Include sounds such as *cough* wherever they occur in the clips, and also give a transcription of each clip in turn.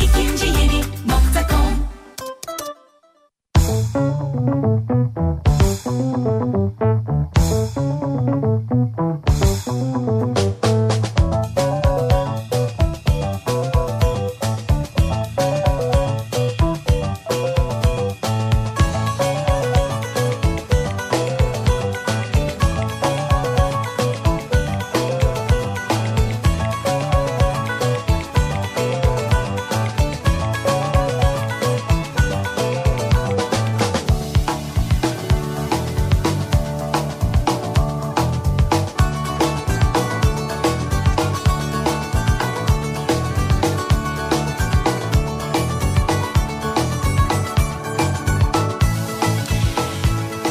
İkinci yeni nokta com.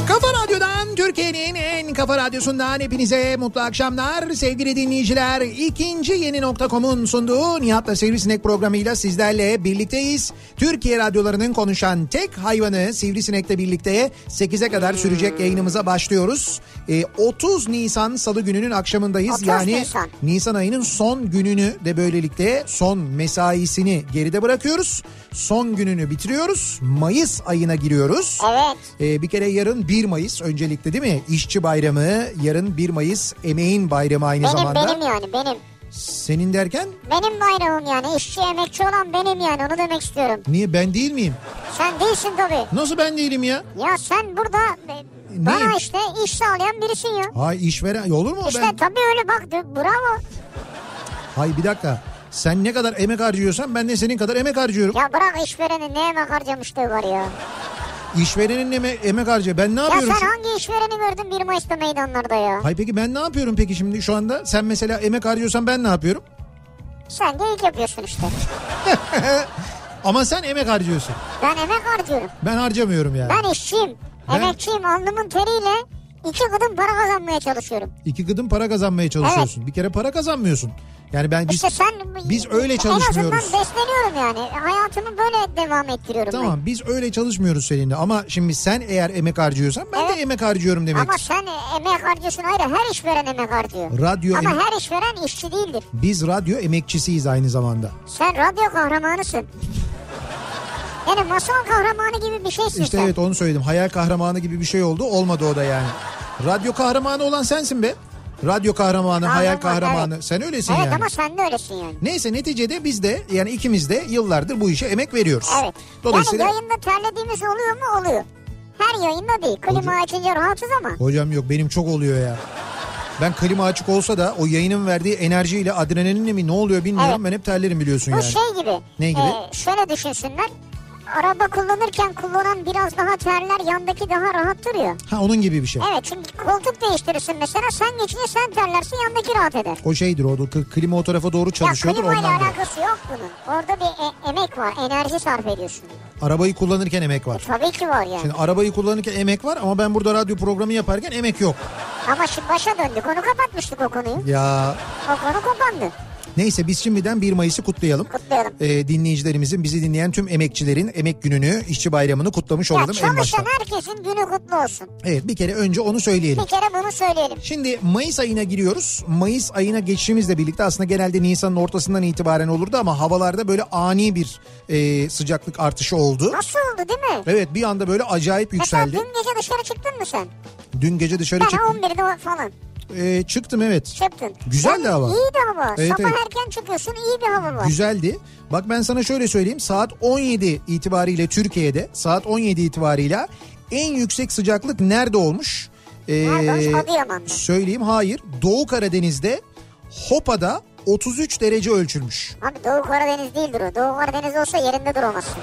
Kafa Radyo'dan Türkiye'nin en kafa radyosundan hepinize mutlu akşamlar sevgili dinleyiciler. İkinci yeni nokta.com'un sunduğu Nihat'la Sivrisinek programıyla sizlerle birlikteyiz. Türkiye radyolarının konuşan tek hayvanı Sivrisinek'le birlikte 8'e kadar sürecek yayınımıza başlıyoruz. Ee, 30 Nisan Salı gününün akşamındayız. 30 yani Nisan. Nisan ayının son gününü de böylelikle son mesaisini geride bırakıyoruz. Son gününü bitiriyoruz. Mayıs ayına giriyoruz. Evet. Ee, bir kere yarın 1 Mayıs öncelikle değil mi? İşçi bayramı, yarın 1 Mayıs emeğin bayramı aynı Benim zamanda. benim yani benim. Senin derken Benim bayramım yani işçi emekçi olan benim yani onu demek istiyorum. niye ben değil miyim? Sen değilsin tabii. Nasıl ben değilim ya? Ya sen burada e, Neyim? bana işte iş sağlayan birisin ya. Hay işveren olur mu o İşte ben? tabii öyle bak d- bravo. Hay bir dakika. Sen ne kadar emek harcıyorsan ben de senin kadar emek harcıyorum. Ya bırak işverenin ne emek harcamışlığı var ya. İşverenin eme, emek harcıyor. Ben ne Ya yapıyorum? sen şu- hangi işvereni gördün 1 Mayıs'ta meydanlarda ya? Hay peki ben ne yapıyorum peki şimdi şu anda? Sen mesela emek harcıyorsan ben ne yapıyorum? Sen de ilk yapıyorsun işte. Ama sen emek harcıyorsun. Ben emek harcıyorum. Ben harcamıyorum yani. Ben işçiyim. Ben- Emekçiyim. Alnımın teriyle iki kadın para kazanmaya çalışıyorum. İki gıdım para kazanmaya çalışıyorsun. Bir kere para kazanmıyorsun. Yani ben biz işte sen... biz öyle En çalışmıyoruz. azından besleniyorum yani. Hayatımı böyle devam ettiriyorum ben. Tamam biz öyle çalışmıyoruz seninle ama şimdi sen eğer emek harcıyorsan ben de Evet. emek harcıyorum demek. Ama sen emek harcıyorsun ayrı. Her işveren emek harcıyor. Radyo Ama em- her işveren işçi değildir. Biz radyo emekçisiyiz aynı zamanda. Sen radyo kahramanısın. Yani masal kahramanı gibi bir şeysin İşte sen. evet onu söyledim. Hayal kahramanı gibi bir şey oldu. Olmadı o da yani. Radyo kahramanı olan sensin be. Radyo kahramanı, hayal Kahraman, kahramanı. Sen öylesin Evet yani. ama sen de öylesin yani. Neyse neticede biz de yani ikimiz de yıllardır bu işe emek veriyoruz. Evet. Dolayısıyla Yani yayında terlediğimiz oluyor mu? Oluyor. Her yayında değil. Klima açınca rahatız ama. hocam yok benim çok oluyor ya. Ben klima açık olsa da o yayının verdiği enerjiyle adrenalinle mi ne oluyor bilmiyorum. Evet. Ben hep terlerim biliyorsun Bu yani. şey gibi. Ne gibi? şöyle düşünsünler. Araba kullanırken kullanan biraz daha terler yandaki daha rahat duruyor. Ha onun gibi bir şey. Evet çünkü koltuk değiştirirsin mesela sen geçince sen terlersin yandaki rahat eder. O şeydir o da kı- klima o tarafa doğru Ya çalışıyordur klimayla ondan. da. alakası yok bunun. Orada bir e- emek var. Enerji sarf ediyorsun. Arabayı kullanırken emek var. Tabii ki var yani. Şimdi arabayı kullanırken emek var ama ben burada radyo programı yaparken emek yok. Ama şimdi başa döndük. Onu kapatmıştık o konuyu. Ya O konu kapandı. neyse biz şimdiden 1 Mayıs'ı kutlayalım. Kutlayalım. Ee, dinleyicilerimizin, bizi dinleyen tüm emekçilerin emek gününü, işçi bayramını kutlamış Ya olalım en başta. çalışan herkesin günü kutlu olsun. Evet bir kere önce onu söyleyelim. Bir kere bunu söyleyelim. Şimdi Mayıs ayına giriyoruz. Mayıs ayına geçişimizle birlikte aslında genelde Nisan'ın ortasından itibaren olurdu ama havalarda böyle ani bir e, sıcaklık artışı oldu. Nasıl oldu değil mi? Evet bir anda böyle acayip Mesela yükseldi. dün gece dışarı çıktın mı sen? Dün gece dışarı Ben çıktım. 11'de falan Ee, çıktım evet. çıktın. Güzel de hava. İyi de hava. Evet, Sabah evet. erken çıkıyorsun iyi bir hava var. Güzeldi. Bak ben sana şöyle söyleyeyim. Saat 17 itibariyle Türkiye'de saat 17 itibariyle en yüksek sıcaklık nerede olmuş? Ee, Nerede olmuş? Adıyaman'da. Söyleyeyim hayır. Doğu Karadeniz'de Hopa'da 33 derece ölçülmüş. Abi Doğu Karadeniz değildir o. Doğu Karadeniz olsa yerinde duramazsın.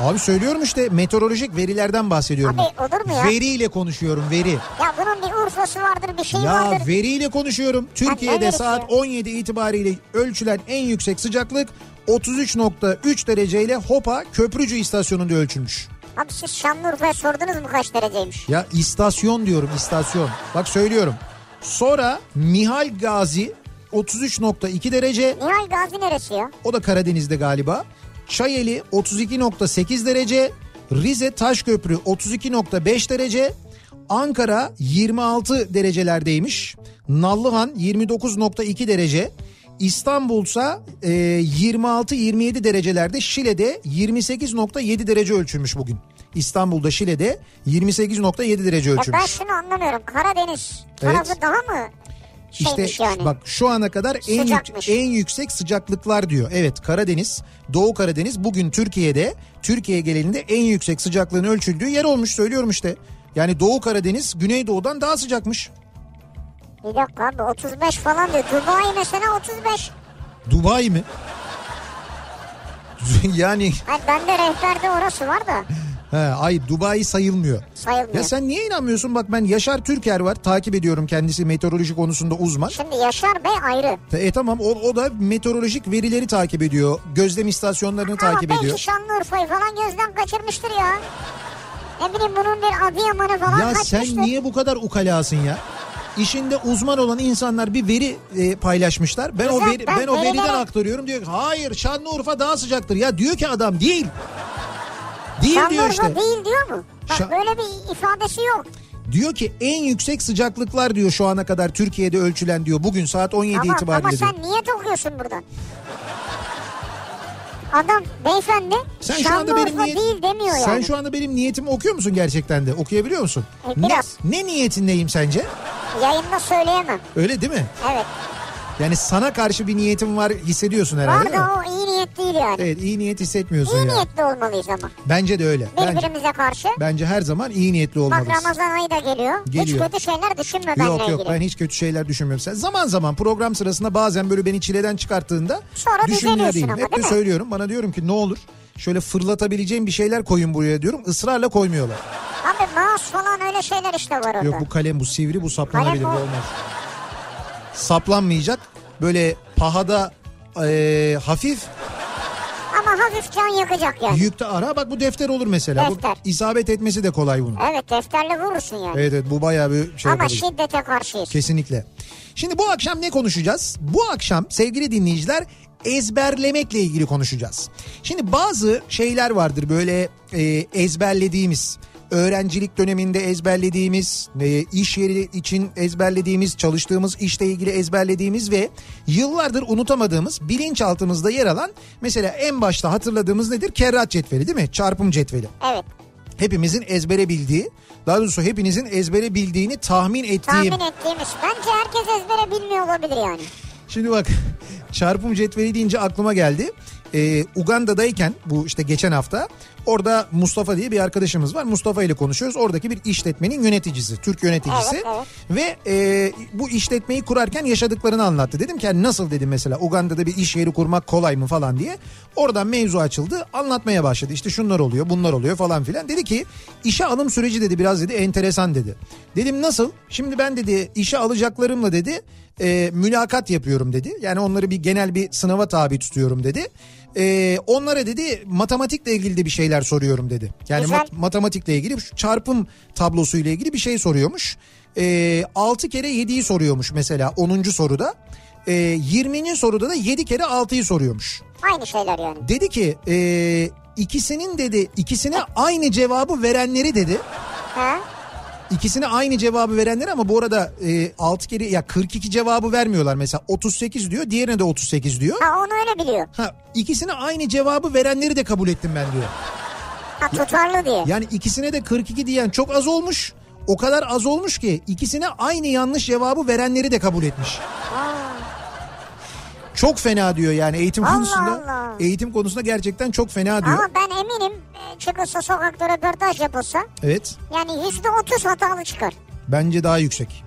Abi söylüyorum işte meteorolojik verilerden bahsediyorum. Abi olur mu ya? Veriyle konuşuyorum veri. Ya bunun bir Urfa'sı vardır bir şeyi Ya vardır. veriyle konuşuyorum. Türkiye'de neresi saat ya? 17 itibariyle ölçülen en yüksek sıcaklık 33.3 dereceyle Hopa Köprücü istasyonunda ölçülmüş. Abi siz Şanlıurfa'ya sordunuz mu kaç dereceymiş? Ya istasyon diyorum istasyon. Bak söylüyorum. Sonra Mihal Gazi 33.2 derece Nihal Gazi neresi ya? o da Karadeniz'de galiba. Çayeli 32.8 derece, Rize Taşköprü 32.5 derece, Ankara 26 derecelerdeymiş. Nallıhan 29.2 derece, İstanbul'sa e, 26-27 derecelerde, Şile'de 28.7 derece ölçülmüş bugün. İstanbul'da Şile'de 28.7 derece Ya ben ölçülmüş. şunu anlamıyorum. Karadeniz Evet. tarafı daha mı İşte şeymiş yani? bak şu ana kadar en, yük- Sıcakmış. en yüksek sıcaklıklar diyor. Evet Karadeniz, Doğu Karadeniz bugün Türkiye'de, Türkiye genelinde en yüksek sıcaklığın ölçüldüğü yer olmuş söylüyorum işte. Yani Doğu Karadeniz Güneydoğu'dan daha sıcakmış. Bir dakika abi 35 falan diyor. Dubai mesela 35. Dubai mi? *laughs* yani Hayır bende rehberde orası var da he, ay Dubai sayılmıyor. sayılmıyor. Ya sen niye inanmıyorsun? Bak ben Yaşar Türker var. Takip ediyorum kendisi meteoroloji konusunda uzman. Şimdi Yaşar Bey ayrı. E tamam o, o da meteorolojik verileri takip ediyor. Gözlem istasyonlarını takip Ama ediyor. belki Şanlıurfa'yı falan gözden kaçırmıştır ya. Ne bileyim bunun bir Adıyaman'ı falan Ya kaçmıştır. sen niye bu kadar ukalasın ya? İşinde uzman olan insanlar bir veri e, paylaşmışlar. Ben o Güzel, veri, ben, ben o veriden verilere- aktarıyorum diyor. ki, Hayır Şanlıurfa daha sıcaktır. Ya diyor ki adam değil. Değil diyor Şanlıurfa işte. değil diyor mu? Bak Şa- böyle bir ifadesi yok. Diyor ki en yüksek sıcaklıklar diyor şu ana kadar Türkiye'de ölçülen diyor. Bugün saat 17 Ama, itibariyle ama diyor. sen niye dokuyorsun buradan? Adam beyefendi Sen şu anda Şanlıurfa benim niyet- değil demiyor Sen yani. şu anda benim niyetimi okuyor musun gerçekten de? Okuyabiliyor musun? E, Ne- biraz. ne niyetindeyim sence? Yayında söyleyemem. Öyle değil mi? Evet. Yani sana karşı bir niyetim var hissediyorsun herhalde Var değil mi? da o iyi niyet değil yani. Evet iyi niyet hissetmiyorsun iyi ya. niyetli olmalıyız ama. Bence de öyle. Bence, Birbirimize karşı. bence her zaman iyi niyetli Bak olmalıyız. Ramazan ayı da geliyor. Geliyor. Hiç kötü şeyler düşünme benimle Yok yok ilgili. ben hiç kötü şeyler düşünmüyorum. Sen zaman zaman program sırasında bazen böyle beni çileden çıkarttığında Sonra düşünmüyor düzeliyorsun değilim. ama, Hep de değil mi? söylüyorum bana diyorum ki ne olur şöyle fırlatabileceğim bir şeyler koyun buraya diyorum. Israrla koymuyorlar. Abi mouse falan öyle şeyler işte var orada. Yok bu kalem bu sivri bu saplanabilir Kalem o. bu olmaz. Saplanmayacak böyle pahada eee, hafif Ama hafif can yakacak yani. yükte ara bak bu defter olur mesela. Defter. Bu isabet etmesi de kolay bunun. Evet defterle vurursun yani. Evet evet bu bayağı bir şey ama yapabilir. şiddete karşıyız. Kesinlikle. Şimdi bu akşam ne konuşacağız? Bu akşam sevgili dinleyiciler ezberlemekle ilgili konuşacağız. Şimdi bazı şeyler vardır böyle e, ezberlediğimiz öğrencilik döneminde ezberlediğimiz, e, iş yeri için ezberlediğimiz, çalıştığımız işle ilgili ezberlediğimiz ve yıllardır unutamadığımız bilinçaltımızda yer alan mesela en başta hatırladığımız nedir? Kerrat cetveli değil mi? Çarpım cetveli Evet. hepimizin ezbere bildiği daha doğrusu hepinizin ezbere bildiğini tahmin ettiğim. Tahmin ettiğimiz. Bence herkes ezbere bilmiyor olabilir yani. Şimdi bak çarpım cetveli deyince aklıma geldi. Ee, Uganda'dayken bu işte geçen hafta orada Mustafa diye bir arkadaşımız var. Mustafa ile konuşuyoruz. Oradaki bir işletmenin yöneticisi, Türk yöneticisi. Evet, Ve e, bu işletmeyi kurarken yaşadıklarını anlattı. Dedim ki "Yani nasıl dedim mesela Uganda'da bir iş yeri kurmak kolay mı falan diye. Oradan mevzu açıldı. Anlatmaya başladı. İşte şunlar oluyor, bunlar oluyor falan filan. Dedi ki işe alım süreci dedi biraz dedi enteresan dedi. Dedim nasıl? Şimdi ben dedi işe alacaklarımla dedi e, mülakat yapıyorum dedi. Yani onları bir genel bir sınava tabi tutuyorum dedi. E, onlara dedi matematikle ilgili de bir şeyler soruyorum dedi. Yani Güzel. mat- matematikle ilgili şu çarpım tablosuyla ilgili bir şey soruyormuş. E, 6 kere 7'yi soruyormuş mesela 10. soruda. E, 20. soruda da 7 kere 6'yı soruyormuş. Aynı şeyler yani. Dedi ki e, ikisinin dedi ikisine aynı cevabı verenleri dedi. Ha? İkisine aynı cevabı verenler ama bu arada e, 6 kere ya 42 cevabı vermiyorlar mesela 38 diyor diğerine de 38 diyor. ha onu öyle biliyor. Ha ikisine aynı cevabı verenleri de kabul ettim ben diyor. Ha tutarlı diye. Yani ikisine de 42 diyen çok az olmuş. O kadar az olmuş ki ikisine aynı yanlış cevabı verenleri de kabul etmiş. Çok fena diyor yani eğitim Allah konusunda. Allah. Eğitim konusunda gerçekten çok fena diyor. Ama ben eminim e, çıkılsa sokakta röportaj yapılsa Evet. yani yüzde otuz hatalı çıkar. Bence daha yüksek.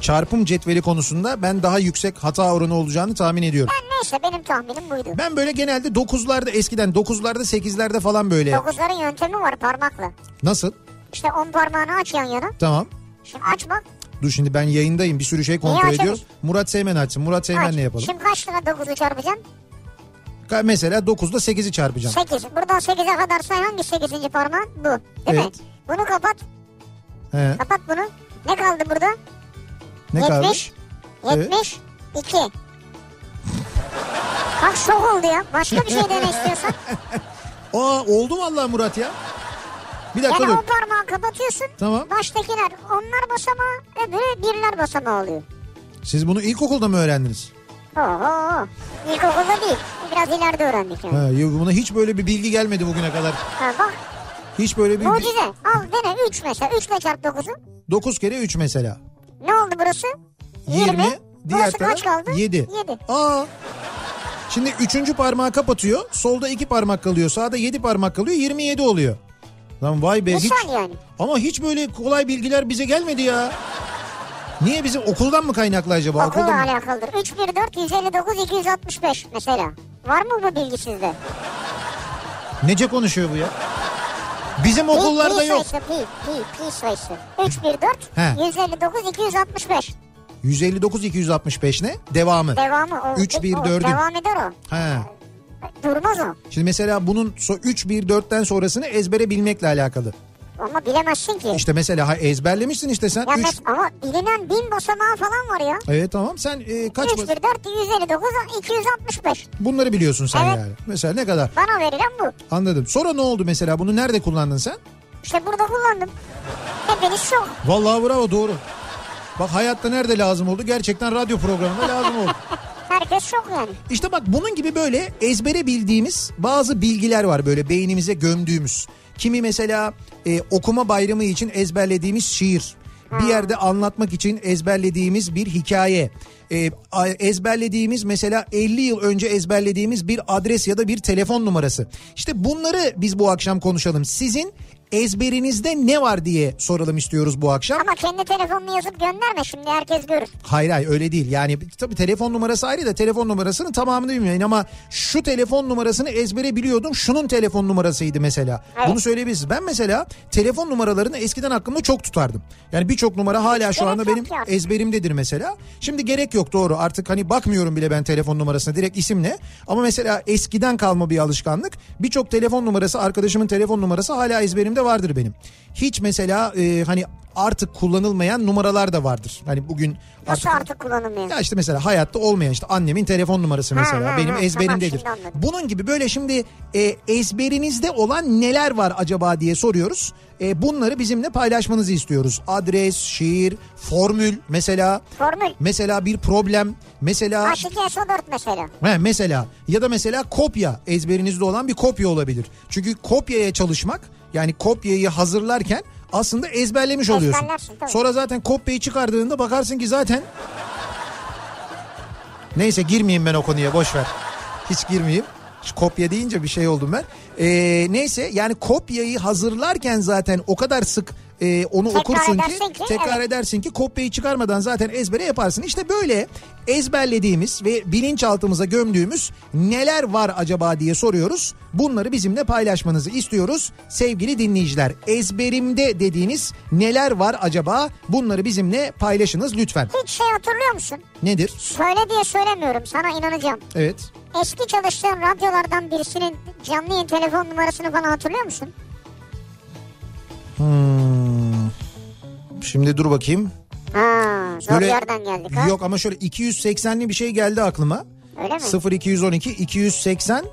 çarpım cetveli konusunda ben daha yüksek hata oranı olacağını tahmin ediyorum. Ben neyse benim tahminim buydu. Ben böyle genelde 9'larda eskiden 9'larda 8'lerde falan böyle. Dokuzların yöntemi var parmakla. Nasıl? İşte on parmağını aç yan yana. Tamam. Şimdi aç bak. Dur şimdi ben yayındayım bir sürü şey kontrol açalım? ediyoruz. Murat Seymen açsın. Murat Aç. Seymen'le yapalım. Şimdi kaç lira dokuzu çarpacaksın? Ka- Mesela 9'da 8'i çarpacağım. Sekiz. Buradan sekize kadar say hangi sekizinci parmağın? Bu. Değil Evet. mi? Bunu kapat. He, Kapat bunu. Ne kaldı burada? ne kalmış? 70. 72. Bak şok oldu ya. Başka bir şey *laughs* dene istiyorsan. Aa oldu vallahi Murat ya. Bir dakika Yani dur. o parmağı kapatıyorsun. Tamam. Baştakiler onlar basamağı öbürü birler basamağı oluyor. Siz bunu ilkokulda mı öğrendiniz? Oho. İlkokulda değil. Biraz ileride öğrendik yani. Ha, ya buna hiç böyle bir bilgi gelmedi bugüne kadar. Ha, bak Hiç böyle bir mucize. Al dene 3 mesela. 3 ile çarp 9'u. 9 kere 3 mesela. Ne oldu burası? 20. Diğer burası kaç taraf kaldı? 7. 7. Aa. Şimdi üçüncü parmağı kapatıyor. Solda iki parmak kalıyor. Sağda yedi parmak kalıyor. 27 oluyor. Lan vay be. Hiç, Misal yani. ama hiç böyle kolay bilgiler bize gelmedi ya. Niye bizim okuldan mı kaynaklı acaba? Okulla Okuldan mı? alakalıdır. 3, 1, 4, 159, 265 mesela. Var mı bu bilgi sizde? Nece konuşuyor bu ya? Bizim Pi- okullarda pi yok. sayısı, Pi, pi, pi sayısı. 3, 1, 4, He. 159, 265. 159 265 ne? Devamı. Devamı. O, Üç, bir, o dördün. Devam eder o. He. Durmaz o. Şimdi mesela bunun so- 3 1 4'ten sonrasını ezbere bilmekle alakalı. Ama bilemezsin ki. İşte mesela ha, ezberlemişsin işte sen ya 3 mes- ama bilinen bin basamağı falan var ya. Evet tamam sen e, kaç 3, 1, 4, 159, 265. bunları biliyorsun sen Evet. yani. Mesela ne kadar? Bana verilen bu. Anladım. Sonra ne oldu mesela? Bunu nerede kullandın sen? İşte burada kullandım. Hepiniz şok. Vallahi bravo doğru. Bak hayatta nerede lazım oldu? Gerçekten radyo programında lazım oldu. Herkes şok yani. İşte bak bunun gibi böyle ezbere bildiğimiz bazı bilgiler var böyle beynimize gömdüğümüz. Kimi mesela e, okuma bayramı için ezberlediğimiz şiir. Bir yerde anlatmak için ezberlediğimiz bir hikaye. E, a- ezberlediğimiz mesela 50 yıl önce ezberlediğimiz bir adres ya da bir telefon numarası. İşte bunları biz bu akşam konuşalım. Sizin ezberinizde ne var diye soralım istiyoruz bu akşam. Ama kendi telefonunu yazıp gönderme şimdi herkes görür. Hayır hayır öyle değil. Yani tabii telefon numarası ayrı da telefon numarasının tamamını bilmeyin ama şu telefon numarasını ezbere biliyordum. Şunun telefon numarasıydı mesela. Evet. Bunu söyleyebilirsiniz. Ben mesela telefon numaralarını eskiden aklımda çok tutardım. Yani birçok numara hala şu gerek anda yok benim yani. ezberimdedir mesela. Şimdi gerek yok doğru artık hani bakmıyorum bile ben telefon numarasına direkt isimle. Ama mesela eskiden kalma bir alışkanlık. Birçok telefon numarası arkadaşımın telefon numarası hala ezberimde vardır benim. Hiç mesela e, hani artık kullanılmayan numaralar da vardır. Hani bugün Nasıl artık kullanılmıyor? ya işte mesela hayatta olmayan işte annemin telefon numarası mesela ha, benim ha, ezberimdedir. tamam, şimdi anladım. Bunun gibi böyle şimdi e, ezberinizde olan neler var acaba diye soruyoruz. E, bunları bizimle paylaşmanızı istiyoruz. Adres, şiir, formül mesela Formül. mesela bir problem mesela H2SO4 mesela. He, mesela ya da mesela kopya ezberinizde olan bir kopya olabilir. Çünkü kopyaya çalışmak yani kopyayı hazırlarken aslında ezberlemiş oluyorsun. Ezberlersin, tabii. Sonra zaten kopyayı çıkardığında bakarsın ki zaten Neyse girmeyeyim ben o konuya boş ver. Hiç girmeyeyim. Şu kopya deyince bir şey oldum ben. Ee, neyse yani kopyayı hazırlarken zaten o kadar sık e, onu Tekrar okursun edersin ki, tekrar evet. edersin ki kopyayı çıkarmadan zaten ezbere yaparsın. İşte böyle ezberlediğimiz ve bilinçaltımıza gömdüğümüz neler var acaba diye soruyoruz. Bunları bizimle paylaşmanızı istiyoruz. Sevgili dinleyiciler ezberimde dediğiniz neler var acaba bunları bizimle paylaşınız lütfen. Hiç şey hatırlıyor musun? Nedir? Söyle diye söylemiyorum sana inanacağım. Evet. Eski çalıştığın radyolardan birisinin canlı yayın telefon numarasını falan hatırlıyor musun? Hmm. Şimdi dur bakayım. Ha, zor Böyle- yerden geldik ha. Yok ama şöyle 280'li bir şey geldi aklıma. Öyle mi? 0212 280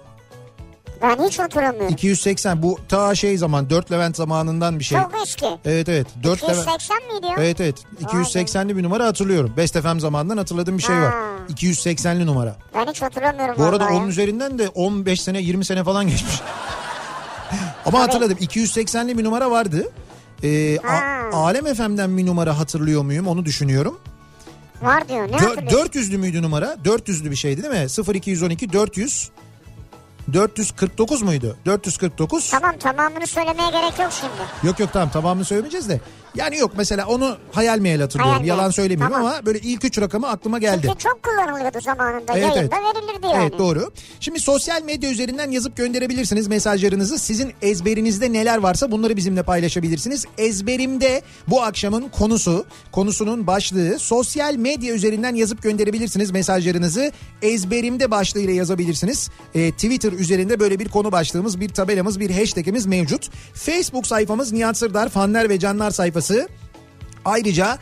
Ben hiç hatırlamıyorum. 280 bu ta şey zaman 4 Levent zamanından bir şey. Çok eski. Evet evet 4 Levent. 280 miydi ya? Evet evet 280'li bir numara hatırlıyorum. Best FM zamanından hatırladığım bir şey var. Ha. 280'li numara. Ben hiç hatırlamıyorum. Bu arada Hmm. vallahi onun ya. üzerinden de 15 sene 20 sene falan geçmiş. *laughs* Ama hatırladım 280'li bir numara vardı. Ee, a- Ha. Alem FM'den bir numara hatırlıyor muyum onu düşünüyorum. Var diyor. Ne Dö- hatırlıyorsun? 400'lü müydü numara? 400'lü bir şeydi değil mi? 0212 400 449 muydu? 449. Tamam tamamını söylemeye gerek yok şimdi. Yok yok tamam tamamını söylemeyeceğiz de. Yani yok mesela onu hayal meyal hatırlıyorum. Hayal meyal. Yalan söylemiyorum Tamam. ama böyle ilk üç rakamı aklıma geldi. Çünkü çok kullanılıyordu zamanında. Yayında verilirdi yani. Evet doğru. Şimdi sosyal medya üzerinden yazıp gönderebilirsiniz mesajlarınızı. Sizin ezberinizde neler varsa bunları bizimle paylaşabilirsiniz. Ezberimde bu akşamın konusu, konusunun başlığı sosyal medya üzerinden yazıp gönderebilirsiniz mesajlarınızı. Ezberimde başlığıyla yazabilirsiniz. Ee, Twitter üzerinde böyle bir konu başlığımız, bir tabelamız, bir hashtagimiz mevcut. Facebook sayfamız Nihat Sırdar fanlar ve canlar sayfası. Ayrıca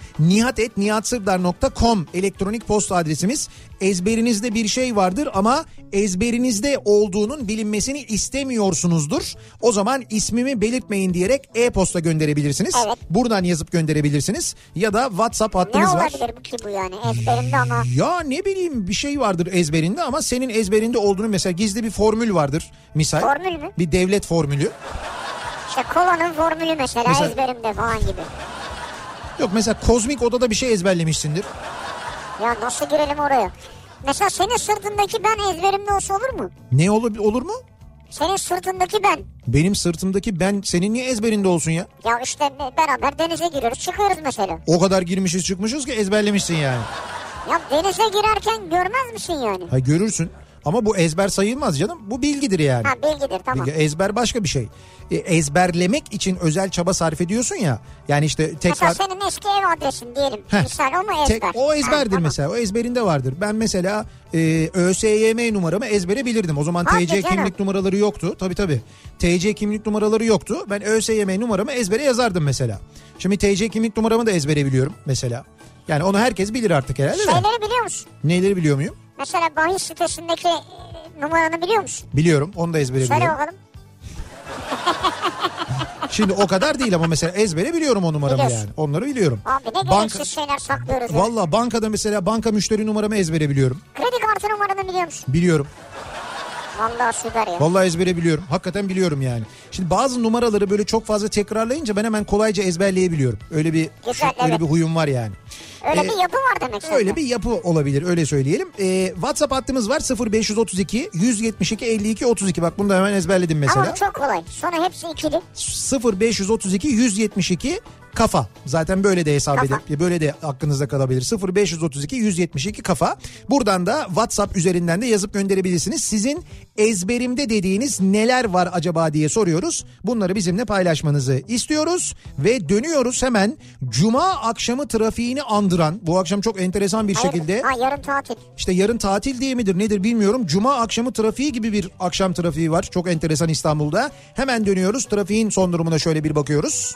nihatetnihatsırdar.com elektronik posta adresimiz. Ezberinizde bir şey vardır ama ezberinizde olduğunun bilinmesini istemiyorsunuzdur. O zaman ismimi belirtmeyin diyerek e-posta gönderebilirsiniz. Evet. Buradan yazıp gönderebilirsiniz ya da WhatsApp Ne hattımız var. olabilir bu ki bu yani ezberimde ama. Ya ne bileyim bir şey vardır ezberinde ama senin ezberinde olduğunu mesela gizli bir formül vardır misal. Formül mü? Bir devlet formülü. İşte kolanın formülü mesela, Mesela- ezberimde falan gibi. Yok mesela kozmik odada bir şey ezberlemişsindir. Ya nasıl girelim oraya? Mesela senin sırtındaki ben ezberimde olsa olur mu? Ne olur, olur mu? Senin sırtındaki ben. Benim sırtımdaki ben senin niye ezberinde olsun ya? Ya işte beraber denize giriyoruz çıkıyoruz mesela. O kadar girmişiz çıkmışız ki ezberlemişsin yani. Ya denize girerken görmez misin yani? Ha görürsün. Ama bu ezber sayılmaz canım. Bu bilgidir yani. Ha bilgidir tamam. Bilgi- Ezber başka bir şey. E, ezberlemek için özel çaba sarf ediyorsun ya. Yani işte Mesela tekrar... senin eski ev adresin diyelim. Heh. Misal o mu ezber? Tek, o ezberdir Ha, tamam. mesela. O ezberinde vardır. Ben mesela e, ÖSYM numaramı ezbere bilirdim. O zaman Hadi TC canım. kimlik numaraları yoktu. Tabii tabii. TC kimlik numaraları yoktu. Ben ÖSYM numaramı ezbere yazardım mesela. Şimdi TC kimlik numaramı da ezbere biliyorum mesela. Yani onu herkes bilir artık herhalde de. Şeyleri biliyor musun? Neyleri biliyor muyum? Mesela bahis sitesindeki e, numaranı biliyor musun? Biliyorum. Onu da ezbere Söyle biliyorum. bakalım. Şimdi o kadar değil ama mesela ezbere biliyorum o numaramı Biliyorsun. yani. Onları biliyorum. Abi ne Banka, gereksiz şeyler saklıyoruz. ya. valla bankada mesela banka müşteri numaramı ezbere biliyorum. Kredi kartı numaranı biliyor musun? Biliyorum. Vallahi süper ya. Vallahi ezbere biliyorum. Hakikaten biliyorum yani. Şimdi bazı numaraları böyle çok fazla tekrarlayınca ben hemen kolayca ezberleyebiliyorum. Öyle bir Güzel, öyle evet. bir huyum var yani. Öyle Ee, bir yapı var demek zaten. Öyle bir yapı olabilir öyle söyleyelim. Ee, WhatsApp hattımız var 0532 172 52 32. Bak bunu da hemen ezberledim mesela. Ama bu çok kolay. Sonra hepsi ikili. 0532 172 kafa. Zaten böyle de hesap Kafa. edip böyle de aklınızda kalabilir. 0532 172 kafa. Buradan da WhatsApp üzerinden de yazıp gönderebilirsiniz. Sizin ezberimde dediğiniz neler var acaba diye soruyoruz. Bunları bizimle paylaşmanızı istiyoruz ve dönüyoruz hemen cuma akşamı trafiğini andıran bu akşam çok enteresan bir Hayır, şekilde Ha, yarın tatil. işte yarın tatil diye midir nedir bilmiyorum. Cuma akşamı trafiği gibi bir akşam trafiği var. Çok enteresan İstanbul'da. Hemen dönüyoruz. Trafiğin son durumuna şöyle bir bakıyoruz.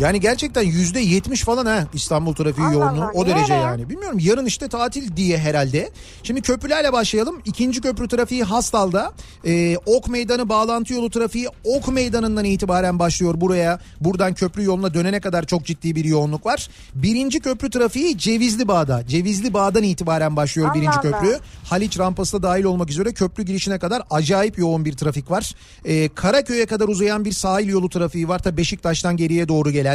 Yani gerçekten yüzde yetmiş falan ha İstanbul trafiği Allah yoğunluğu Allah, o niye derece öyle ya? yani. Bilmiyorum yarın işte tatil diye herhalde. Şimdi köprülerle başlayalım. İkinci köprü trafiği Hastal'da. Ee, ok Meydanı bağlantı yolu trafiği Ok Meydanı'ndan itibaren başlıyor buraya. Buradan köprü yoluna dönene kadar çok ciddi bir yoğunluk var. Birinci köprü trafiği Cevizli Bağ'da. Cevizli Bağ'dan itibaren başlıyor Allah birinci Allah. köprü. Haliç rampası da dahil olmak üzere köprü girişine kadar acayip yoğun bir trafik var. Ee, Karaköy'e kadar uzayan bir sahil yolu trafiği var. Tabii Beşiktaş'tan geriye doğru gelen.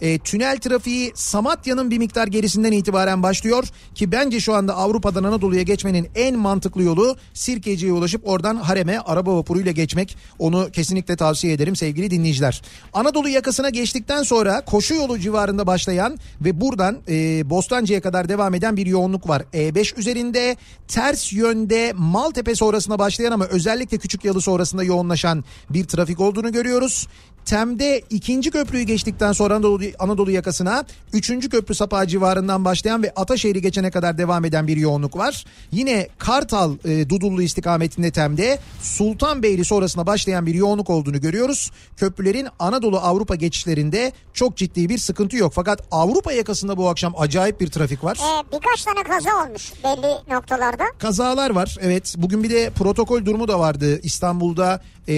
Ee, tünel trafiği Samatya'nın bir miktar gerisinden itibaren başlıyor. Ki bence şu anda Avrupa'dan Anadolu'ya geçmenin en mantıklı yolu Sirkeci'ye ulaşıp oradan Harem'e araba vapuruyla geçmek. Onu kesinlikle tavsiye ederim sevgili dinleyiciler. Anadolu yakasına geçtikten sonra koşu yolu civarında başlayan ve buradan e, Bostancı'ya kadar devam eden bir yoğunluk var. E5 E üzerinde ters yönde Maltepe sonrasında başlayan ama özellikle Küçük Yalı sonrasında yoğunlaşan bir trafik olduğunu görüyoruz. Tem'de ikinci köprüyü geçtikten sonra Anadolu, Anadolu yakasına 3. köprü sapağı civarından başlayan ve Ataşehir'i geçene kadar devam eden bir yoğunluk var. Yine Kartal e, Dudullu istikametinde Tem'de Sultanbeyli sonrasına başlayan bir yoğunluk olduğunu görüyoruz. Köprülerin Anadolu Avrupa geçişlerinde çok ciddi bir sıkıntı yok. Fakat Avrupa yakasında bu akşam acayip bir trafik var. Ee, birkaç tane kaza olmuş belli noktalarda. Kazalar var evet. Bugün bir de protokol durumu da vardı. İstanbul'da e,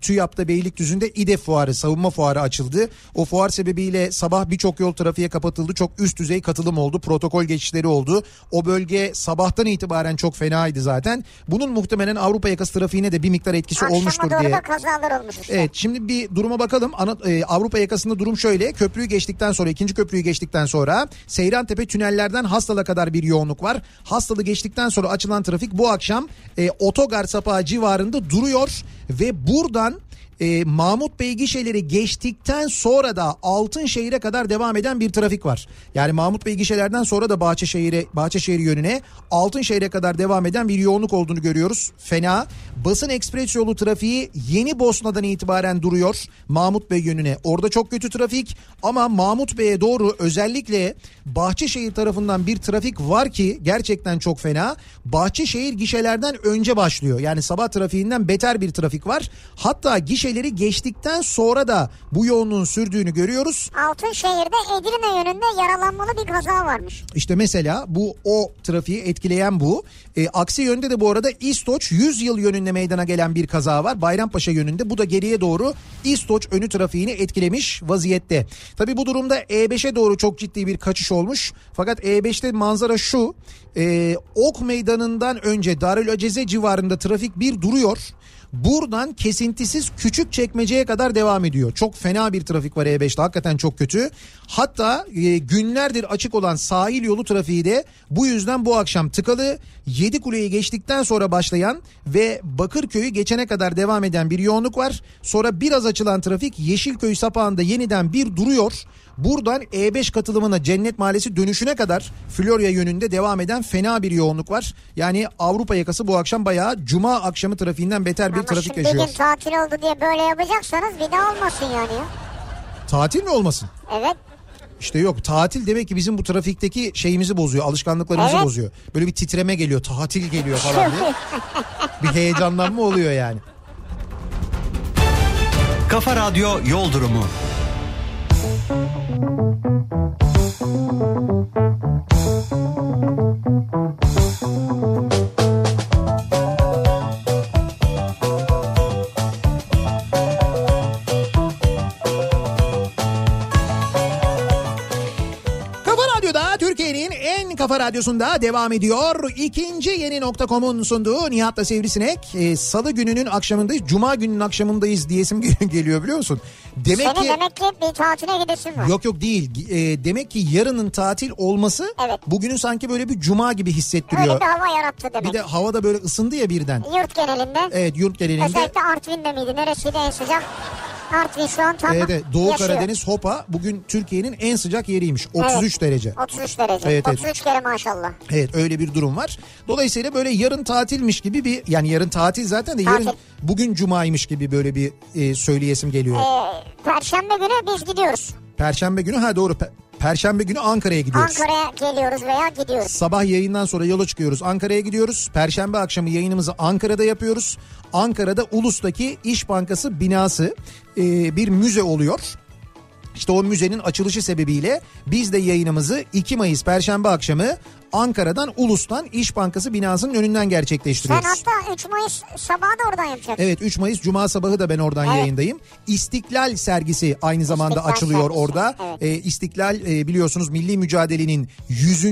TÜYAP'ta Beylikdüzü'nde İDEF fuarı fuarı, savunma fuarı açıldı. O fuar sebebiyle sabah birçok yol trafiğe kapatıldı. Çok üst düzey katılım oldu. Protokol geçişleri oldu. O bölge sabahtan itibaren çok fenaydı zaten. Bunun muhtemelen Avrupa yakası trafiğine de bir miktar etkisi Akşama olmuştur doğru diye da kazalar olmuş işte. Evet şimdi bir duruma bakalım. Ana, e, Avrupa yakasında durum şöyle. Köprüyü geçtikten sonra ikinci köprüyü geçtikten sonra Seyrantepe tünellerden Hastal'a kadar bir yoğunluk var. Hastalı geçtikten sonra açılan trafik bu akşam e, otogar sapağı civarında duruyor ve buradan e, Mahmut Bey gişeleri geçtikten sonra da Altınşehir'e kadar devam eden bir trafik var. Yani Mahmut Bey gişelerden sonra da Bahçeşehir'e Bahçeşehir yönüne Altınşehir'e kadar devam eden bir yoğunluk olduğunu görüyoruz. Fena. Basın ekspres yolu trafiği Yeni Bosna'dan itibaren duruyor. Mahmut Bey yönüne. Orada çok kötü trafik ama Mahmut Bey'e doğru özellikle Bahçeşehir tarafından bir trafik var ki gerçekten çok fena. Bahçeşehir gişelerden önce başlıyor. Yani sabah trafiğinden beter bir trafik var. Hatta gişeleri geçtikten sonra da bu yoğunluğun sürdüğünü görüyoruz. Altınşehir'de Edirne yönünde yaralanmalı bir kaza varmış. İşte mesela bu o trafiği etkileyen bu. E, aksi yönde de bu arada İstoç 100 yıl yönünde meydana gelen bir kaza var. Bayrampaşa yönünde bu da geriye doğru İstoç önü trafiğini etkilemiş vaziyette. Tabi bu durumda E5'e doğru çok ciddi bir kaçış olmuş. Fakat E5'te manzara şu. E, ok meydanından önce Darülaceze civarında trafik bir duruyor. Buradan kesintisiz küçük çekmeceye kadar devam ediyor. Çok fena bir trafik var E5'te hakikaten çok kötü. Hatta e, günlerdir açık olan sahil yolu trafiği de bu yüzden bu akşam tıkalı. Yedikule'yi geçtikten sonra başlayan ve Bakırköy'ü geçene kadar devam eden bir yoğunluk var. Sonra biraz açılan trafik Yeşilköy sapağında yeniden bir duruyor. Buradan E5 katılımına Cennet Mahallesi dönüşüne kadar Florya yönünde devam eden fena bir yoğunluk var. Yani Avrupa yakası bu akşam bayağı cuma akşamı trafiğinden beter bir Ama trafik şimdi yaşıyor. bir gün tatil oldu diye böyle yapacaksanız bir daha olmasın yani. ya. Tatil mi olmasın? Evet. İşte yok tatil demek ki bizim bu trafikteki şeyimizi bozuyor alışkanlıklarımızı Evet. bozuyor. Böyle bir titreme geliyor tatil geliyor falan *laughs* diye. bir heyecanlanma oluyor yani. Kafa Radyo Yol Durumu. Kafa Radyo'da Türkiye'nin en kafa radyosunda devam ediyor. İkinci yeni nokta.com'un sunduğu Nihat'la Sivrisinek. Ee, Salı gününün akşamındayız. Cuma gününün akşamındayız diyesim *laughs* geliyor biliyor musun? Demek Senin ki... demek ki bir tatile gidesin var. Yok yok değil. Ee, demek ki yarının tatil olması Evet. bugünün sanki böyle bir cuma gibi hissettiriyor. Öyle bir hava yarattı demek. Bir de havada böyle ısındı ya birden. Yurt genelinde. Evet yurt genelinde. Özellikle Artvin'de miydi? Neresiydi en sıcak? Artvin şu an tam Evet, evet. Doğu yaşıyor. Karadeniz Hopa bugün Türkiye'nin en sıcak yeriymiş. 33 derece. 33 derece. Evet, evet. 33 kere maşallah. Evet öyle bir durum var. Dolayısıyla böyle yarın tatilmiş gibi bir yani yarın tatil zaten de yarın Tatil. bugün cumaymış gibi böyle bir e, söyleyesim geliyor. Ee, Perşembe günü biz gidiyoruz. Perşembe günü ha doğru Pe- Perşembe günü Ankara'ya gidiyoruz. Ankara'ya geliyoruz veya gidiyoruz. Sabah yayından sonra yola çıkıyoruz Ankara'ya gidiyoruz. Perşembe akşamı yayınımızı Ankara'da yapıyoruz. Ankara'da Ulus'taki İş Bankası binası e, bir müze oluyor. İşte o müzenin açılışı sebebiyle biz de yayınımızı 2 Mayıs Perşembe akşamı Ankara'dan Ulus'tan İş Bankası binasının önünden Sen gerçekleştiriyoruz. hatta 3 Mayıs sabahı da oradan yapacaksın. Evet 3 Mayıs Cuma sabahı da ben oradan Evet. yayındayım. İstiklal sergisi aynı zamanda İstiklal açılıyor sergisi, orada. evet. Ee, İstiklal e, biliyorsunuz milli mücadelenin 100.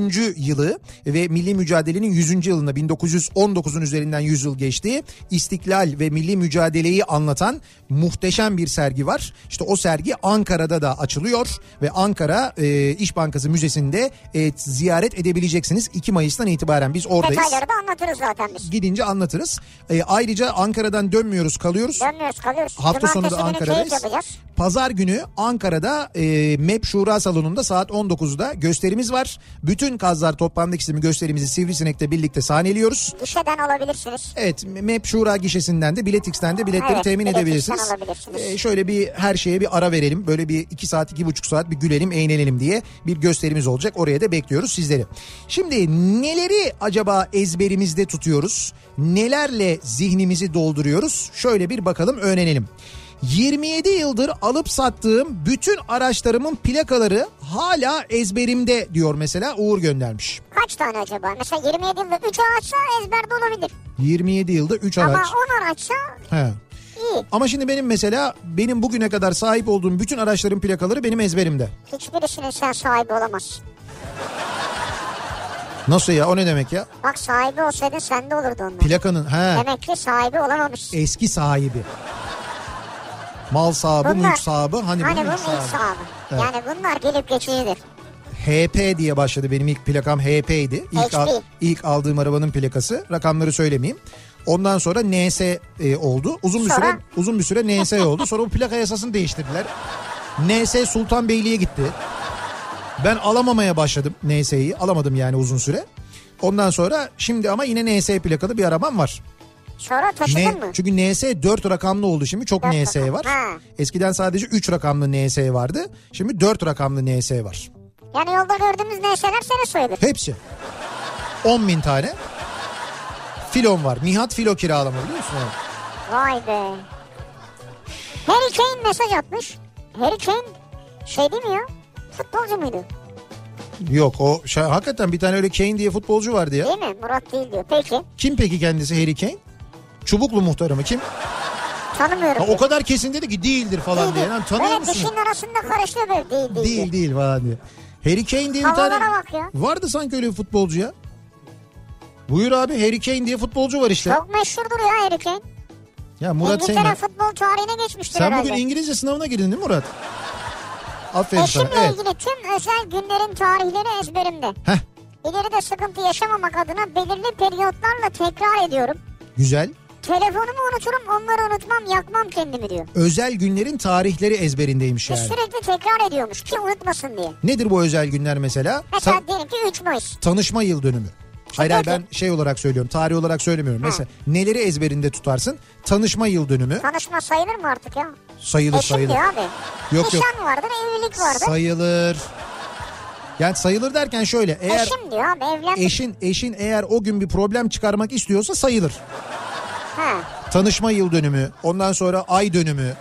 yılı ve milli mücadelenin 100. yılında 1919'un üzerinden 100 yıl geçti. İstiklal ve milli mücadeleyi anlatan muhteşem bir sergi var. İşte o sergi Ankara'da da açılıyor ve Ankara e, İş Bankası Müzesi'nde e, ziyaret edebileceksiniz 2 Mayıs'tan itibaren biz oradayız Detayları da anlatırız zaten biz. gidince anlatırız. Ee, ayrıca Ankara'dan dönmüyoruz kalıyoruz. Dönmüyoruz kalıyoruz. Hafta Cumartesi sonu da günü keyif Ankara'dayız. yapacağız. Pazar günü Ankara'da e, MEP Şura Salonu'nda saat 19'da gösterimiz var. Bütün Kazlar Toplandık isimli gösterimizi Sivrisinek'le birlikte sahneliyoruz. Gişeden alabilirsiniz. Evet MEP Şura gişesinden de Biletix'ten de biletleri Evet, temin Biletix'ten edebilirsiniz. alabilirsiniz. Ee, şöyle bir her şeye bir ara verelim. Böyle bir iki saat iki buçuk saat bir gülelim eğlenelim diye bir gösterimiz olacak. Oraya da bekliyoruz sizleri. Şimdi neleri acaba ezberimizde tutuyoruz? Nelerle zihnimizi dolduruyoruz? Şöyle bir bakalım öğrenelim. 27 yıldır alıp sattığım bütün araçlarımın plakaları hala ezberimde diyor mesela Uğur göndermiş. Kaç tane acaba? Mesela 27 yılda 3 ağaçsa ezberde olabilir. 27 yılda 3 Ama araç. 10 araçsa He. iyi. Ama şimdi benim mesela benim bugüne kadar sahip olduğum bütün araçların plakaları benim ezberimde. Hiçbirisinin sen sahibi olamazsın. Nasıl ya o ne demek ya? Bak sahibi olsaydın sen de olurdu onlar. Plakanın he Demek ki sahibi olamamışsın. eski sahibi. Mal sahibi, mülk sahibi. Hani, hani bu bunun mülk sahibi. ilk sahibi. Evet. Yani bunlar gelip geçicidir. HP diye başladı benim ilk plakam HP'ydi. İlk, HP. al- ilk aldığım arabanın plakası. Rakamları söylemeyeyim. Ondan sonra NS e, oldu. Uzun bir Sonra? süre uzun bir süre NS oldu. Sonra bu plaka yasasını değiştirdiler. NS Sultanbeyli'ye gitti. Ben alamamaya başladım NS'yi. Alamadım yani uzun süre. Ondan sonra şimdi ama yine NS plakalı bir arabam var. Sonra taşıdın Ne, mı? çünkü NS 4 rakamlı oldu şimdi. Çok Dört NS rakam. var. Ha. Eskiden sadece 3 rakamlı NS vardı. Şimdi 4 rakamlı NS var. Yani yolda gördüğümüz neşeler seni soyulur. Hepsi. 10 bin tane. Filon var. Nihat filo kiralama biliyor musun? abi? Vay be. Harry Kane mesaj atmış. Harry Kane şey değil mi ya? Futbolcu muydu? Yok o şey, hakikaten bir tane öyle Kane diye futbolcu vardı ya. Değil mi? Murat değil diyor. Peki. Kim peki kendisi Harry Kane? Çubuklu muhtarı mı kim? Tanımıyorum. Ha, o diyor. kadar kesin dedi ki değildir falan Değil diye. diyor. Lan tanıyor Böyle musun? dişinin arasında karışıyor böyle değil değil. Değil diyor. değil falan diye. Harry Kane diye bir Havalara tane bak ya. vardı sanki öyle bir futbolcu ya. Buyur abi Harry Kane diye futbolcu var işte. Çok meşhurdur ya Harry Kane. Ya Murat sen, İngiltere futbol tarihine geçmiştir sen herhalde. bugün İngilizce sınavına girdin değil mi Murat? Aferin sana. Eşimle Evet. ilgili tüm özel günlerin tarihleri ezberimde. Heh, İleride sıkıntı yaşamamak adına belirli periyotlarla tekrar ediyorum. güzel. Telefonumu unuturum onları unutmam yakmam kendimi diyor. özel günlerin tarihleri ezberindeymiş Biz yani. Sürekli tekrar ediyormuş ki unutmasın diye. Nedir bu özel günler mesela? Mesela Ta- diyelim ki 3 Mayıs. tanışma yıl dönümü. Hayır hayır ben Peki. şey olarak söylüyorum tarih olarak söylemiyorum. Mesela neleri ezberinde tutarsın? Tanışma yıl dönümü Tanışma sayılır mı artık ya? sayılır Eşim sayılır. diyor abi. Yok, yok. Nişan vardır, evlilik vardır. Sayılır. Yani sayılır derken şöyle eğer Eşim diyor abi evlendik. eşin eşin eğer o gün bir problem çıkarmak istiyorsa sayılır. Ha. Tanışma yıl dönümü, ondan sonra ay dönümü.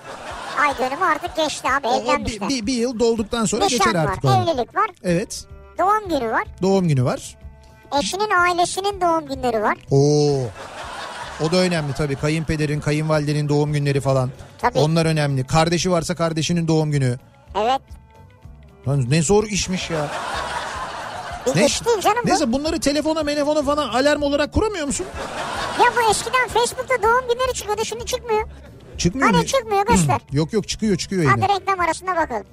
Ay dönümü artık geçti abi O- o bir, evlenmişler. bir- bir yıl dolduktan sonra Nişan geçer var, artık onu. evlilik var, Evet. doğum günü var. Doğum günü var. Eşinin ailesinin doğum günleri var. Oo. O da önemli tabii. Kayınpederin, kayınvalidenin doğum günleri falan. Tabii. Onlar önemli. Kardeşi varsa kardeşinin doğum günü. Evet. Lan ne zor işmiş ya. Bir Ne? iş değil canım bu. Neyse bunları telefona, telefona falan alarm olarak kuramıyor musun? Ya bu eskiden Facebook'ta doğum günleri çıkıyordu şimdi çıkmıyor. Çıkmıyor mu? Hani çıkmıyor göster. *clears throat* Yok yok çıkıyor çıkıyor yine. Hadi reklam arasına bakalım.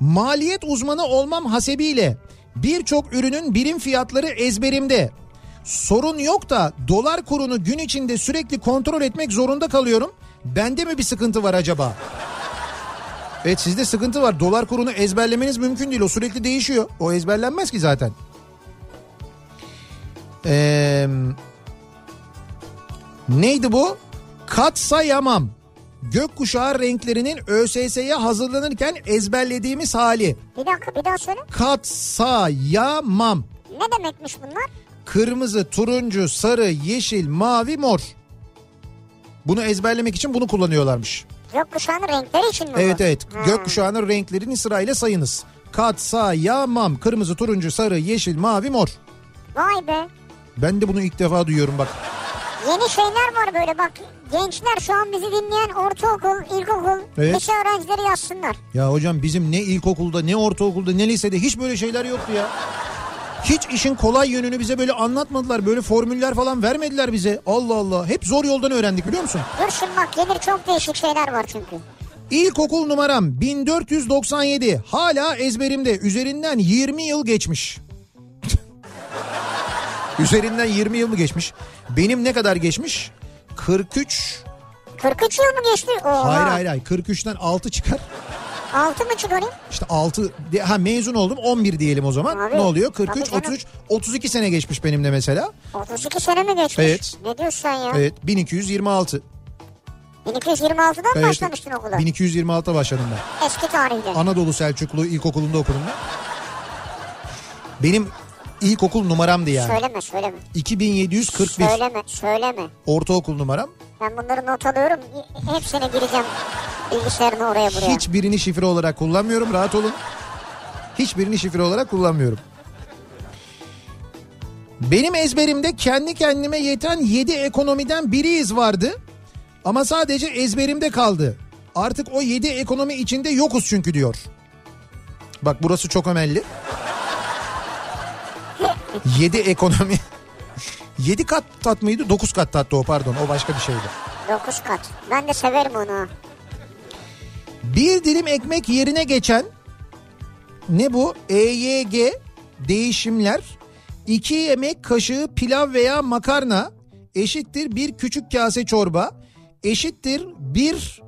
Maliyet uzmanı olmam hasebiyle birçok ürünün birim fiyatları ezberimde. Sorun yok da dolar kurunu gün içinde sürekli kontrol etmek zorunda kalıyorum. Bende mi bir sıkıntı var acaba? Evet sizde sıkıntı var. Dolar kurunu ezberlemeniz mümkün değil. O sürekli değişiyor. O ezberlenmez ki zaten. Eee, neydi bu? Katsayamam. Gökkuşağı renklerinin ÖSS'ye hazırlanırken ezberlediğimiz hali. Bir dakika bir daha söyle. Katsayamam. Ne demekmiş bunlar? Kırmızı, turuncu, sarı, yeşil, mavi, mor. Bunu ezberlemek için bunu kullanıyorlarmış. Gökkuşağının renkleri için mi Evet bu? evet. Ha. Gökkuşağının renklerini sırayla sayınız. Katsayamam. Kırmızı, turuncu, sarı, yeşil, mavi, mor. Vay be. Ben de bunu ilk defa duyuyorum bak. Yeni şeyler var böyle bak. Gençler şu an bizi dinleyen ortaokul, ilkokul, Evet. lise öğrencileri yazsınlar. Ya hocam bizim ne ilkokulda ne ortaokulda ne lisede hiç böyle şeyler yoktu ya. Hiç işin kolay yönünü bize böyle anlatmadılar. Böyle formüller falan vermediler bize. Allah Allah. Hep zor yoldan öğrendik biliyor musun? Dur şimdi bak gelir çok değişik şeyler var çünkü. İlkokul numaram 1497. Hala ezberimde. Üzerinden 20 yıl geçmiş. *laughs* Üzerinden 20 yıl mı geçmiş? Benim ne kadar geçmiş? 43. 43 yıl mı geçti? Oha. Hayır hayır hayır. 43'ten 6 çıkar. 6 mı çıkarayım? İşte 6 de- ha mezun oldum 11 diyelim o zaman. Abi, ne oluyor? tabii 43 canım. 33 32 sene geçmiş benimle mesela. 32 sene mi geçmiş? Evet. Ne diyorsun sen ya? Evet 1226. 1226'dan Evet. başlamıştın okula. 1226'da başladım ben. Eski tarihte. Anadolu Selçuklu İlkokulu'nda okudum ben. Benim ilkokul numaramdı yani. Söyleme söyleme. 2741 Söyleme söyleme. ortaokul numaram. Ben bunları not alıyorum. Hepsine gireceğim bilgisayarını oraya buraya. Hiçbirini şifre olarak kullanmıyorum rahat olun. Hiçbirini şifre olarak kullanmıyorum. Benim ezberimde kendi kendime yeten 7 ekonomiden biriyiz vardı. Ama sadece ezberimde kaldı. Artık o 7 ekonomi içinde yokuz çünkü diyor. Bak burası çok ömelli. 7 ekonomi. *laughs* 7 kat tat mıydı? 9 kat tattı o pardon. O başka bir şeydi. 9 kat. Ben de severim onu. Bir dilim ekmek yerine geçen ne bu? EYG değişimler. iki yemek kaşığı pilav veya makarna eşittir bir küçük kase çorba eşittir bir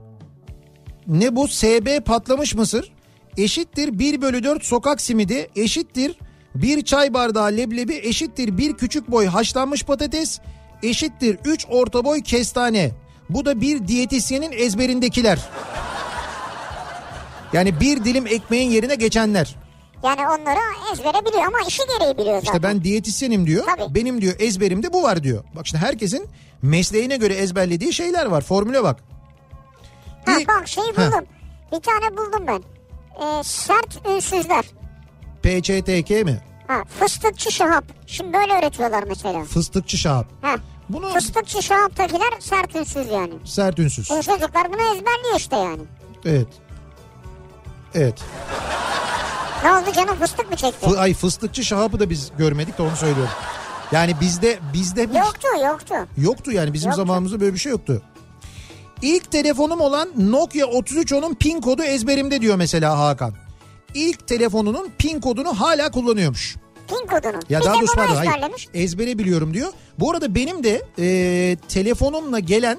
ne bu? SB patlamış mısır eşittir 1 bölü 4 sokak simidi eşittir bir çay bardağı leblebi eşittir bir küçük boy haşlanmış patates eşittir 3 orta boy kestane. Bu da bir diyetisyenin ezberindekiler. Yani bir dilim ekmeğin yerine geçenler. Yani onları ezbere biliyor ama işi gereği biliyor zaten. İşte ben diyetisyenim diyor. Tabii. Benim diyor ezberimde bu var diyor. Bak işte herkesin mesleğine göre ezberlediği şeyler var. Formüle bak. Ha, İlk- bak şeyi Ha, buldum. Bir tane buldum ben. Ee, sert ünsüzler. PÇTK mi? Ha, fıstıkçı şahap. Şimdi böyle öğretiyorlar mesela. Fıstıkçı şahap. Ha. Bunu Fıstıkçı şahaptakiler sert ünsüz yani. sert ünsüz. E çocuklar bunu ezberliyor işte yani. Evet. Evet. Ne oldu canım fıstık mı çekti? Fı- Ay fıstıkçı şahapı da biz görmedik de onu söylüyorum. Yani bizde bizde bu Yoktu yoktu. Yoktu yani bizim Yoktu. zamanımızda böyle bir şey yoktu. İlk telefonum olan Nokia 3310'un pin kodu ezberimde diyor mesela Hakan. İlk telefonunun pin kodunu hala kullanıyormuş. Pin kodunu. Ya bir daha de doğrusu bunu pardon, hayır. ezberlemiş. ezbere biliyorum diyor. Bu arada benim de e, telefonumla gelen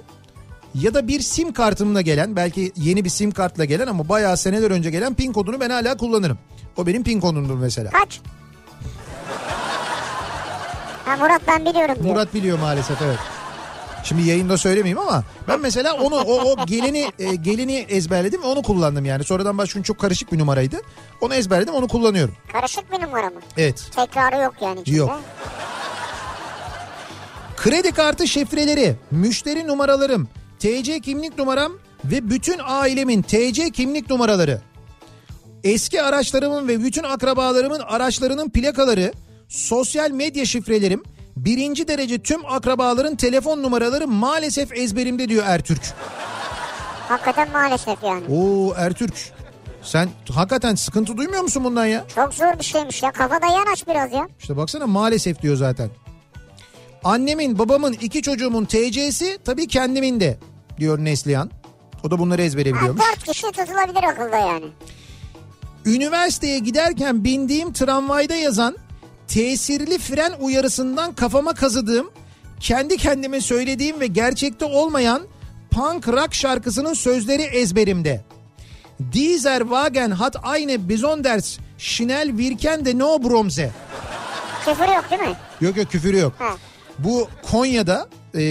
ya da bir sim kartımla gelen belki yeni bir sim kartla gelen ama bayağı seneler önce gelen pin kodunu ben hala kullanırım. O benim pin kodumdur mesela. Kaç? Ha Murat ben biliyorum diyor. Murat biliyor maalesef evet. Şimdi yayında söylemeyeyim ama ben mesela onu o, o gelini e, gelini ezberledim ve onu kullandım yani. Sonradan başka çok karışık bir numaraydı. Onu ezberledim onu kullanıyorum. Karışık bir numara mı? Evet. Tekrarı yok yani. içinde. Yok. Kredi kartı şifreleri, müşteri numaralarım, TC kimlik numaram ve bütün ailemin TC kimlik numaraları. Eski araçlarımın ve bütün akrabalarımın araçlarının plakaları, sosyal medya şifrelerim, birinci derece tüm akrabaların telefon numaraları maalesef ezberimde diyor Ertürk. Hakikaten maalesef yani. Oo Ertürk sen hakikaten sıkıntı duymuyor musun bundan ya? Çok zor bir şeymiş ya. Kafada yanaş biraz ya. İşte baksana maalesef diyor zaten. Annemin, babamın, iki çocuğumun TC'si tabii kendimin de diyor Neslihan. O da bunları ezbere Ha, biliyormuş. dört kişi tutulabilir akılda yani. Üniversiteye giderken bindiğim tramvayda yazan tesirli fren uyarısından kafama kazıdığım, kendi kendime söylediğim ve gerçekte olmayan punk rock şarkısının sözleri ezberimde. Dieser Wagen hat eine besonders schnell wirkende no bromse. Küfür yok değil mi? Yok yok küfürü yok. Ha. Bu Konya'da e,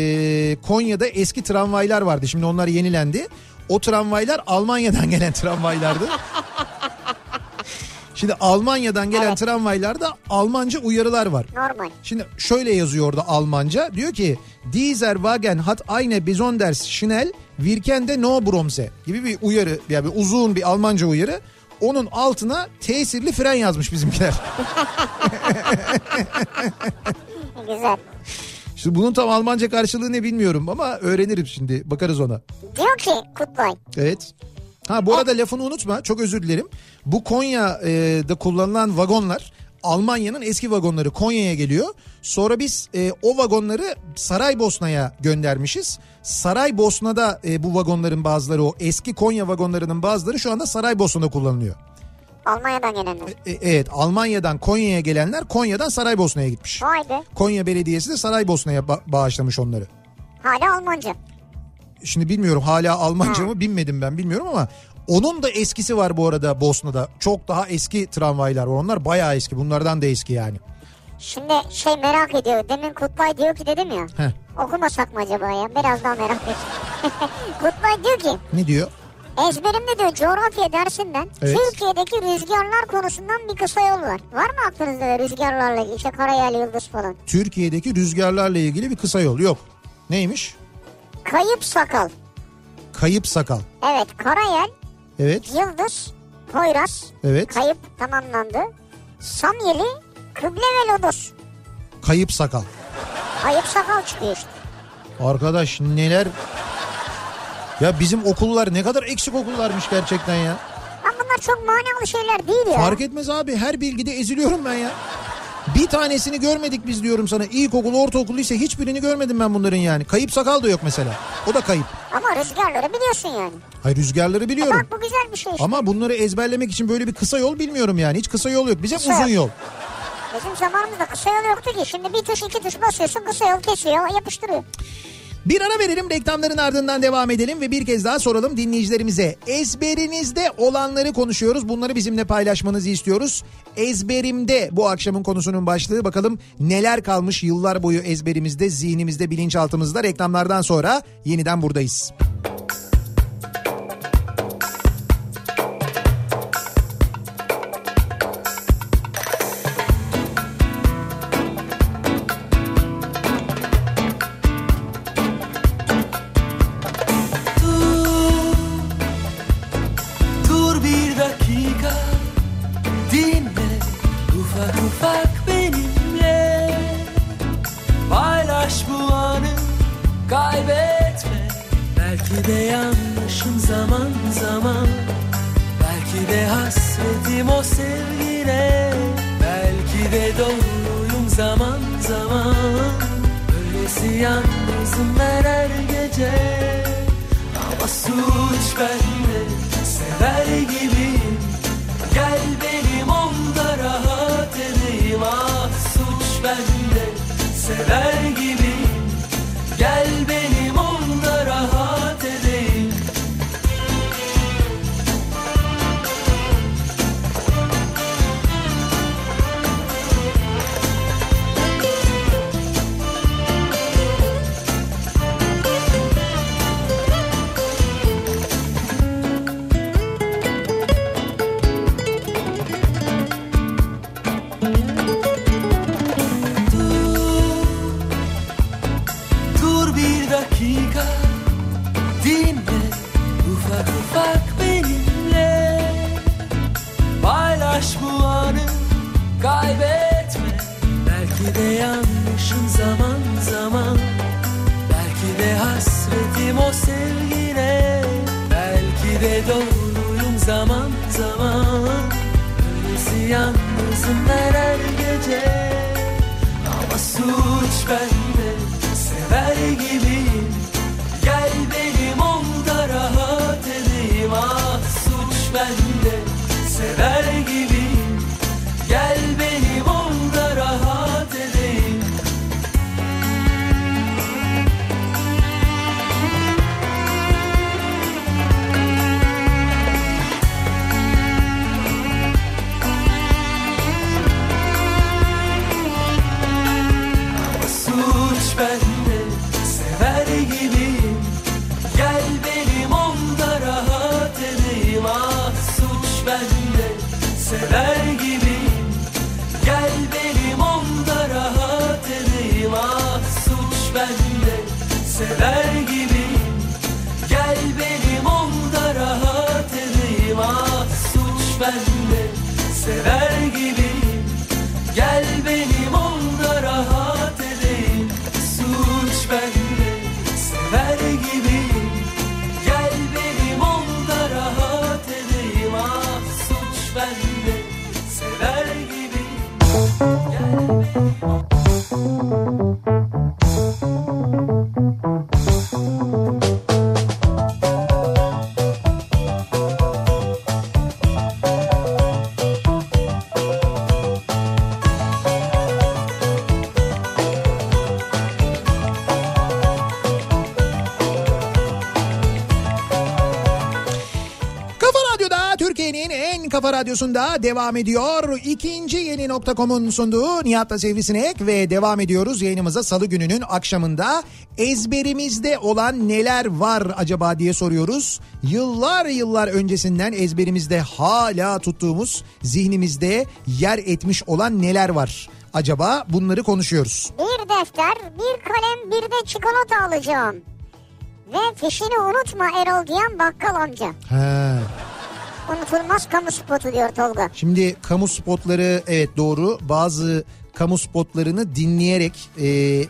Konya'da eski tramvaylar vardı. Şimdi onlar yenilendi. O tramvaylar Almanya'dan *laughs* gelen tramvaylardı. Şimdi Almanya'dan gelen tramvaylarda Almanca uyarılar var. Normal. *laughs* Şimdi şöyle yazıyor orada Almanca. Diyor ki Dieser Wagen hat eine besonders schnell Wirkende no bromse gibi bir uyarı yani bir uzun bir Almanca uyarı. Onun altına tesirli fren yazmış bizimkiler. *laughs* Güzel. Şimdi bunun tam Almanca karşılığı ne bilmiyorum ama öğrenirim şimdi. Bakarız ona. Diyor ki Kutlay. Evet. Ha bu arada lafını unutma. Çok özür dilerim. Bu Konya'da kullanılan vagonlar Almanya'nın eski vagonları Konya'ya geliyor. Sonra biz e, o vagonları Saraybosna'ya göndermişiz. Saraybosna'da e, bu vagonların bazıları o eski Konya vagonlarının bazıları şu anda Saraybosna'da kullanılıyor. Almanya'dan gelenler. E, evet Almanya'dan Konya'ya gelenler Konya'dan Saraybosna'ya gitmiş. Vay be. Konya Belediyesi de Saraybosna'ya ba- bağışlamış onları. Hala Almanca. Şimdi bilmiyorum hala Almanca Ha. mı bilmedim ben bilmiyorum ama onun da eskisi var bu arada Bosna'da. Çok daha eski tramvaylar var. Onlar bayağı eski. Bunlardan da eski yani. Şimdi şey merak ediyor. Demin Kutlay diyor ki dedim ya. Heh. Okumasak mı acaba ya? Biraz daha merak *laughs* ediyorum. Kutlay diyor ki Ne diyor? ezberimde diyor coğrafya dersinden Evet. Türkiye'deki rüzgarlar konusundan bir kısa yol var. Var mı aklınızda böyle rüzgarlarla ilgili işte karayel yıldız falan? Türkiye'deki rüzgarlarla ilgili bir kısa yol yok. Neymiş? Kayıp sakal. Kayıp sakal. Evet karayel, Evet. yıldız, Poyraz. Evet. Kayıp tamamlandı. Samyeli, kıble ve lodos. Kayıp sakal. Kayıp sakal çıkıyor işte. Arkadaş neler Ya bizim okullar ne kadar eksik okullarmış gerçekten ya. Ama bunlar çok manalı şeyler değil ya. Fark etmez abi her bilgide eziliyorum ben ya. Bir tanesini görmedik biz diyorum sana. İlkokul, ortaokul, lise hiçbirini görmedim ben bunların yani. Kayıp sakal da yok mesela. O da kayıp. Ama rüzgarları biliyorsun yani. Hayır rüzgarları biliyorum. Bak bu güzel bir şey işte. Ama bunları ezberlemek için böyle bir kısa yol bilmiyorum yani. Hiç kısa yol yok. Bize Kısa uzun yol. yol. Bizim zamanımızda kısa yol yoktu ki. Şimdi bir tuş iki tuş basıyorsun kısa yol kesiyor yapıştırıyor. Bir ara verelim reklamların ardından devam edelim ve bir kez daha soralım dinleyicilerimize. Ezberinizde olanları konuşuyoruz. Bunları bizimle paylaşmanızı istiyoruz. Ezberimde bu akşamın konusunun başlığı bakalım neler kalmış yıllar boyu ezberimizde, zihnimizde, bilinçaltımızda reklamlardan sonra yeniden buradayız. Dur, dur bir dakika dinle ufak ufak benimle paylaş bu anı kaybetme belki de yanlışım zaman zaman belki de hasretim o sevgine belki de doğruyum zaman zaman öylesi yalnızım ben her gece ama suç bende Sever gibiyim Gel benim onda rahat edeyim Ah suç bende Sever gibiyim Gel benim onda rahat edeyim Dur, dur bir dakika dinle ufak ufak benimle paylaş bu anı kaybetme belki de yanlışım zaman zaman belki de hasretim o sevgine belki de doğruyum zaman zaman öylesi yalnızım ben her gece ama suç bende Sever gibiyim Gel benim onda rahat edeyim Ah suç bende Sever gibiyim Gel benim onda rahat edeyim Suç bende Sever gibiyim Gel benim onda rahat edeyim Ah suç bende Sever gibiyim Gel benim onda rahat edeyim Ah suç bende Sever gibiyim Gel benim onda rahat edeyim Ah suç bende Sever gibiyim Gel benim onda rahat edeyim Suç bende sever gibiyim Gel benim onda rahat edeyim Ah suç bende sever gibiyim Kafa Radyo'da Türkiye'nin en kafa radyosunda devam ediyor. İkinci yeni nokta.com'un sunduğu Nihat'la Sivrisinek ve devam ediyoruz yayınımıza salı gününün akşamında. Ezberimizde olan neler var acaba diye soruyoruz. Yıllar yıllar öncesinden ezberimizde hala tuttuğumuz zihnimizde yer etmiş olan neler var acaba bunları konuşuyoruz. Bir defter, bir kalem, bir de çikolata alacağım. Ve fişini unutma Erol diyen bakkal amca. He. Unutulmaz kamu spotu diyor Tolga. Şimdi kamu spotları evet doğru bazı kamu spotlarını dinleyerek e,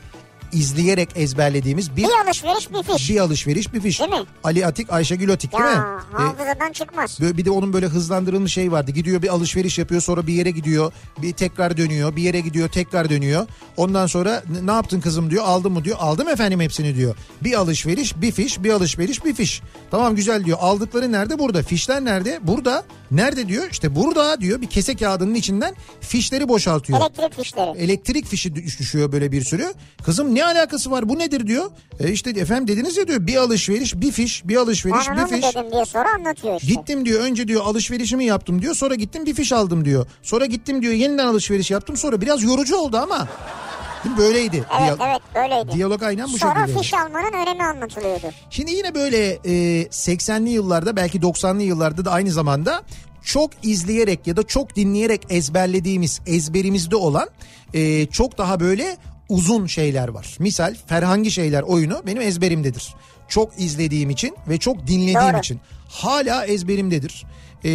izleyerek ezberlediğimiz bir Bir alışveriş bir fiş. bir alışveriş bir fiş. Değil mi? Ali Atik, Ayşegül Atik değil mi? Ya E, hafızadan çıkmaz. Böyle bir de onun böyle hızlandırılmış şey vardı. Gidiyor bir alışveriş yapıyor sonra bir yere gidiyor. Bir tekrar dönüyor. Bir yere gidiyor tekrar dönüyor. Ondan sonra "N- ne yaptın kızım diyor. Aldın mı diyor. Aldım efendim hepsini diyor. Bir alışveriş bir fiş bir alışveriş bir fiş. Tamam güzel diyor. Aldıkları nerede? Burada. Fişler nerede? Burada. Nerede diyor. İşte burada diyor. Bir kese kağıdının içinden fişleri boşaltıyor. Elektrik E- fişleri. Elektrik fişi düş- düşüyor böyle bir sürü. Kızım ne alakası var bu nedir diyor. E işte efendim dediniz ya diyor bir alışveriş bir fiş bir alışveriş Ben bir ona mı fiş. dedim diye sonra anlatıyor işte. Gittim diyor önce diyor alışverişimi yaptım diyor sonra gittim bir fiş aldım diyor. Sonra gittim diyor yeniden alışveriş yaptım sonra biraz yorucu oldu ama Değil mi? böyleydi. Evet Diyal- evet böyleydi. Diyalog aynen bu Sonra şekilde. fiş almanın önemi anlatılıyordu. Şimdi yine böyle e, 80'li yıllarda belki 90'lı yıllarda da aynı zamanda çok izleyerek ya da çok dinleyerek ezberlediğimiz ezberimizde olan e, çok daha böyle uzun şeyler var. Misal Ferhangi Şeyler oyunu benim ezberimdedir. Çok izlediğim için ve çok dinlediğim Doğru. için hala ezberimdedir. E,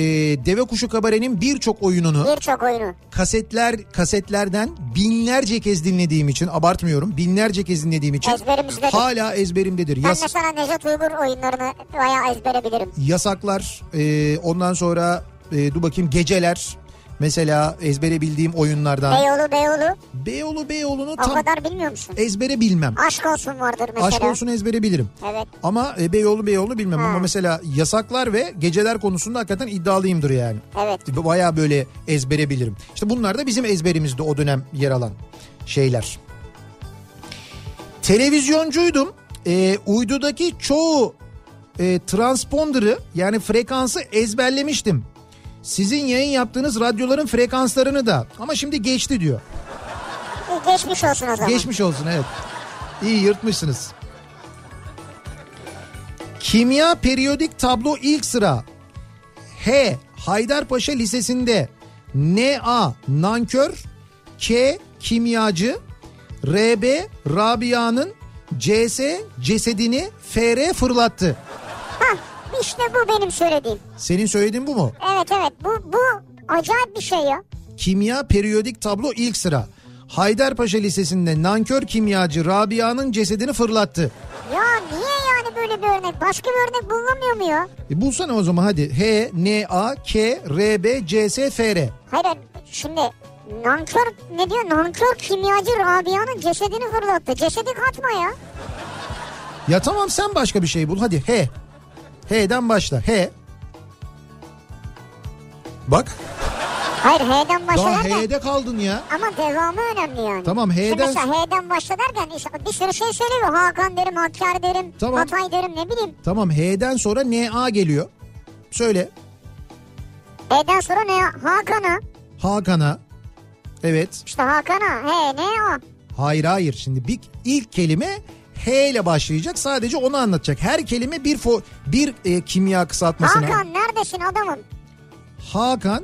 Deve Kuşu Kabare'nin birçok oyununu Birçok oyunu. kasetler kasetlerden binlerce kez dinlediğim için abartmıyorum binlerce kez dinlediğim için Ezberimizdedir. hala ezberimdedir. Ben Yas- mesela Nejat Uygur oyunlarını bayağı ezberebilirim. yasaklar e, ondan sonra e, dur bakayım geceler mesela ezbere bildiğim oyunlardan Beyoğlu Beyoğlu Beyoğlu Beyoğlu'nu o tam kadar bilmiyor musun? ezbere bilmem. Aşk olsun vardır mesela. Aşk olsun ezbere bilirim. Evet. Ama e, Beyoğlu Beyoğlu bilmem Ha. ama mesela yasaklar ve geceler konusunda hakikaten iddialıyımdır yani. Evet. Baya böyle ezbere bilirim. İşte bunlar da bizim ezberimizde o dönem yer alan şeyler. Televizyoncuydum. E, uydudaki çoğu e, transponder'ı yani frekansı ezberlemiştim. Sizin yayın yaptığınız radyoların frekanslarını da ama şimdi geçti diyor. E, Geçmiş olsun o zaman. Geçmiş olsun evet. İyi yırtmışsınız. Kimya periyodik tablo ilk sıra. H. Haydarpaşa Lisesi'nde. N. A. Nankör. K. Kimyacı. R. B. Rabia'nın. C. S. Cesedini. F. R. Fırlattı. Hah, işte bu benim söylediğim. Senin söylediğin bu mu? Evet evet bu, bu acayip bir şey ya. Kimya periyodik tablo ilk sıra. Haydarpaşa Lisesi'nde nankör kimyacı Rabia'nın cesedini fırlattı. Ya niye yani böyle bir örnek? Başka bir örnek bulunamıyor mu ya? E bulsana o zaman hadi. H, N, A, K, R, B, C, S, F, R. Hayır hayır, şimdi nankör ne diyor? Nankör kimyacı Rabia'nın cesedini fırlattı. Cesedi katma ya. Ya tamam sen başka bir şey bul hadi. H. H'den başla. H. Bak Hayır H'den daha başla derken H'de kaldın ya. ama devamı önemli yani. Tamam, Şimdi H'den- mesela H'den başla derken işte bir sürü şey söylüyor. Hakan derim, Hakkari derim, Tamam. Hatay derim ne bileyim. Tamam H'den sonra N, A geliyor. Söyle. H'den sonra ne? Hakan'a. Hakan'a. Evet. İşte Hakan'a. H ne o? Hayır hayır. Şimdi bir, ilk kelime H ile başlayacak. Sadece onu anlatacak. Her kelime bir fo- bir e, kimya kısaltmasına. Hakan neredesin adamım? Hakan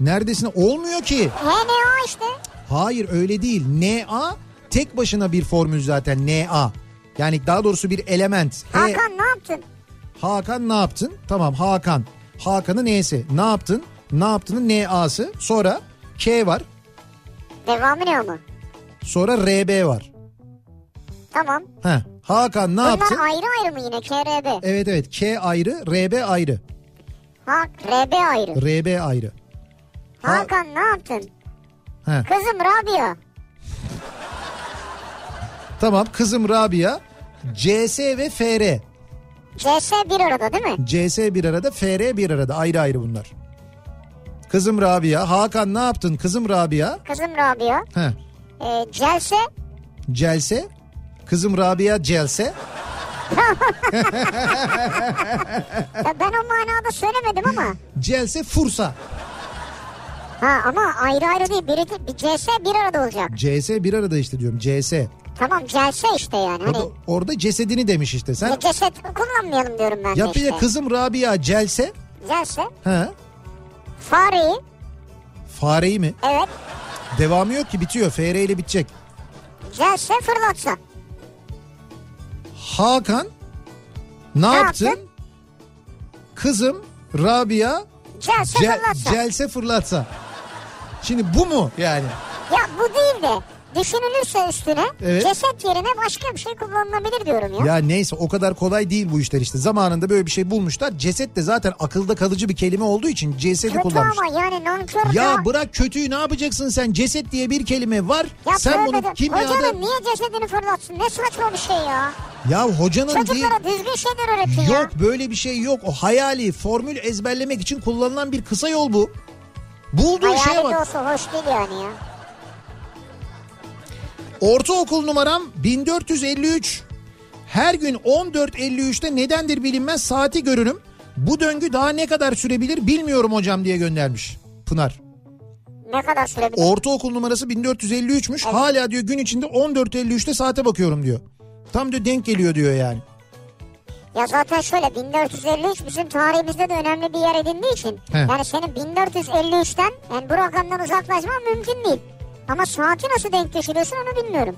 neredesin? Olmuyor ki. H ne o işte. Hayır öyle değil. Na tek başına bir formül zaten Na. Yani daha doğrusu bir element. He, Hakan ne yaptın? Hakan ne yaptın? Tamam Hakan. Hakan'ın N'si. Ne yaptın? Ne yaptığının N'a'sı. Sonra K var. Devamı ne ama? Sonra RB var. Tamam. Heh. Hakan ne yaptın? Bunlar ayrı ayrı mı yine? KRB. Evet evet K ayrı, RB ayrı. Ha, RB ayrı. RB ayrı. Ha- Hakan ne yaptın? Heh. Kızım Rabia. Tamam kızım Rabia. CS ve FR. CS bir arada değil mi? CS bir arada, FR bir arada. Ayrı ayrı bunlar. Kızım Rabia. Hakan ne yaptın? Kızım Rabia. Kızım Rabia. Heh. E, Celse. Celse. Kızım Rabia Celse. Ya ben o manada söylemedim ama. Celse Fursa. Ha ama ayrı ayrı değil. Biri, de- bir CS bir arada olacak. CS bir arada işte diyorum. CS. Tamam Celse işte yani. O da- Hani orada cesedini demiş işte. Sen ya ceset kullanmayalım diyorum ben ya de bir de işte. kızım Rabia Celse. Celse. Ha. Fareyi. Fareyi mi? Evet. Devamı yok ki bitiyor. FR ile bitecek. Celse fırlatsa. Hakan ne, yaptın? yaptın? Kızım Rabia Celse Ce- fırlatsa. Celse fırlatsa. Şimdi bu mu yani? Ya bu değil de düşünülürse üstüne Evet. ceset yerine başka bir şey kullanılabilir diyorum ya. Ya neyse o kadar kolay değil bu işler işte. Zamanında böyle bir şey bulmuşlar. Ceset de zaten akılda kalıcı bir kelime olduğu için cesedi Kötü kullanmışlar. ama yani nankör Ya bırak kötüyü ne yapacaksın sen? Ceset diye bir kelime var. Ya sen bunu tövbe de- kimyada... Hocanın niye cesedini fırlatsın? Ne saçma bir şey ya. Ya hocanın değil... Çocuklara düzgün şeyler öğretin ya. Yok böyle bir şey yok. O hayali formül ezberlemek için kullanılan bir kısa yol bu. Bulduğu Hayali şeye de bak. olsa hoş değil yani ya. Ortaokul numaram 1453. Her gün 14.53'te nedendir bilinmez saati görürüm. Bu döngü daha ne kadar sürebilir bilmiyorum hocam diye göndermiş Pınar. Ne kadar sürebilir? Ortaokul numarası 1453'müş. Hala diyor gün içinde 14.53'te saate bakıyorum diyor. Tam diyor denk geliyor diyor yani. Ya zaten şöyle 1453 bizim tarihimizde de önemli bir yer edindiği için. He. Yani senin 1453'ten yani bu rakamdan uzaklaşman mümkün değil. Ama saati nasıl denk geçiriyorsun onu bilmiyorum.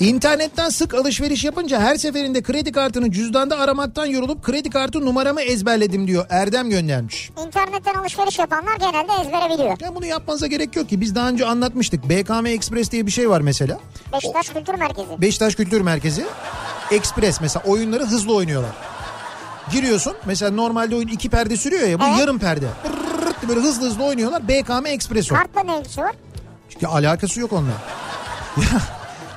İnternetten sık alışveriş yapınca her seferinde kredi kartını cüzdanda aramaktan yorulup kredi kartı numaramı ezberledim diyor. Erdem göndermiş. İnternetten alışveriş yapanlar genelde ezbere biliyor. Ya bunu yapmanıza gerek yok ki. Biz daha önce anlatmıştık. BKM Express diye bir şey var mesela. Beşiktaş Kültür Merkezi. Beşiktaş Kültür Merkezi. Express mesela oyunları hızlı oynuyorlar. Giriyorsun mesela normalde oyun iki perde sürüyor ya bu Evet. yarım perde. Pırrrrt diye böyle hızlı hızlı oynuyorlar BKM Express o. Kartla ne ilgisi var? Çünkü alakası yok onunla. *laughs*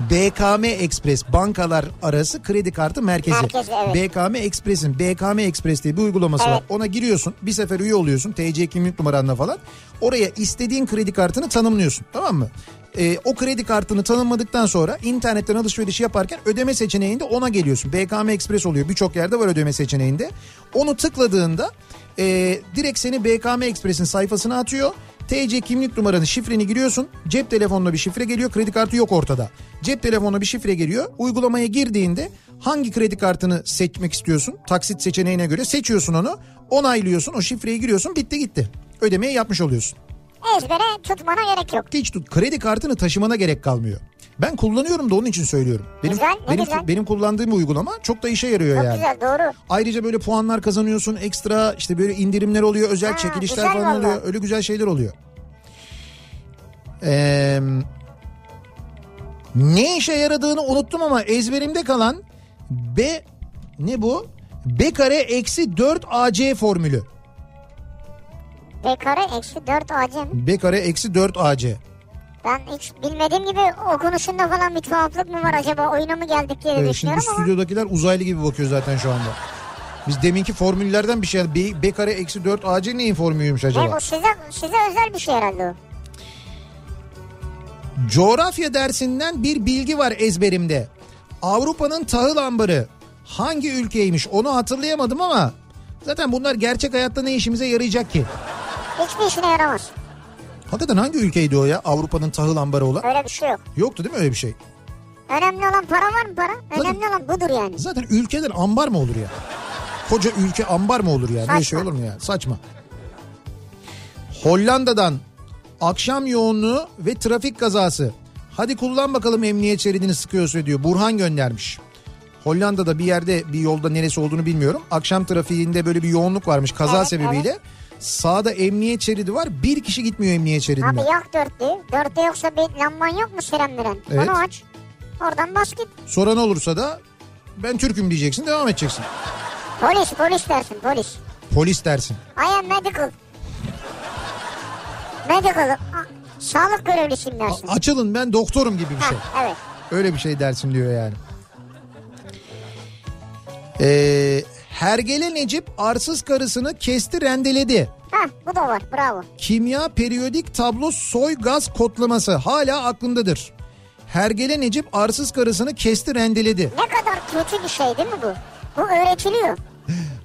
Ya, BKM Express bankalar arası kredi kartı merkezi. Merkezi, evet. BKM Express'in BKM Express diye bir uygulaması var. Evet. Ona giriyorsun bir sefer üye oluyorsun TC kimlik numaranla falan. Oraya istediğin kredi kartını tanımlıyorsun tamam mı? Ee, o kredi kartını tanımladıktan sonra internetten alışveriş yaparken ödeme seçeneğinde ona geliyorsun. BKM Express oluyor birçok yerde var ödeme seçeneğinde. Onu tıkladığında e, direkt seni BKM Express'in sayfasına atıyor. TC kimlik numaranı şifreni giriyorsun. Cep telefonuna bir şifre geliyor. Kredi kartı yok ortada. Cep telefonuna bir şifre geliyor. Uygulamaya girdiğinde hangi kredi kartını seçmek istiyorsun? Taksit seçeneğine göre seçiyorsun onu. Onaylıyorsun. O şifreyi giriyorsun. Bitti gitti. Ödemeyi yapmış oluyorsun. Ezbere tutmana gerek yok. Hiç tut. Kredi kartını taşımana gerek kalmıyor. Ben kullanıyorum da onun için söylüyorum. Benim Güzel, ne benim güzel. benim kullandığım uygulama çok da işe yarıyor Çok yani. güzel doğru. Ayrıca böyle puanlar kazanıyorsun, ekstra işte böyle indirimler oluyor, özel Ha, çekilişler güzel falan valla. oluyor. Öyle güzel şeyler oluyor. Ee, ne işe yaradığını unuttum ama ezberimde kalan B ne bu? B kare eksi 4 AC formülü. B kare eksi 4 acem. B kare eksi 4 AC. Ben hiç bilmediğim gibi okunuşunda falan bir tuhaflık mı var acaba oyuna mı geldik diye de Evet, Ee, şimdi düşünüyorum ama. stüdyodakiler uzaylı gibi bakıyor zaten şu anda. Biz deminki formüllerden bir şey. B, B kare eksi 4 AC neyin formülüymüş acaba? Ne bu size, size özel bir şey herhalde o. Coğrafya dersinden bir bilgi var ezberimde. Avrupa'nın tahıl ambarı hangi ülkeymiş onu hatırlayamadım ama zaten bunlar gerçek hayatta ne işimize yarayacak ki? Hiçbir işine yaramaz. Hakikaten hangi ülkeydi o ya Avrupa'nın tahıl ambarı olan? Öyle bir şey yok. Yoktu değil mi öyle bir şey? Önemli olan para var mı para? Önemli olan budur yani. Zaten ülkeden ambar mı olur ya? Koca ülke ambar mı olur ya? Böyle Saçma. şey olur mu ya? Saçma. Hollanda'dan akşam yoğunluğu ve trafik kazası. Hadi kullan bakalım emniyet şeridini sıkıyorsa diyor. Burhan göndermiş. Hollanda'da bir yerde bir yolda neresi olduğunu bilmiyorum. Akşam trafiğinde böyle bir yoğunluk varmış kaza Evet, sebebiyle. Sağda emniyet şeridi var. Bir kişi gitmiyor emniyet şeridinde. Abi yak dörtlü. Dörtte yoksa bir lamban yok mu siren miren? Evet. Onu aç. Oradan bas git. Soran olursa da ben Türk'üm diyeceksin devam edeceksin. Polis polis dersin polis. Polis dersin. I am medical. Medical. a- Sağlık görevlisiyim A- dersin. açılın ben doktorum gibi bir Heh, şey. evet. Öyle bir şey dersin diyor yani. Ee, Hergele Necip arsız karısını kesti rendeledi. Heh, bu da var bravo. Kimya periyodik tablo soy gaz kodlaması hala aklındadır. Hergele Necip arsız karısını kesti rendeledi. Ne kadar kötü bir şey değil mi bu? Bu öğretiliyor.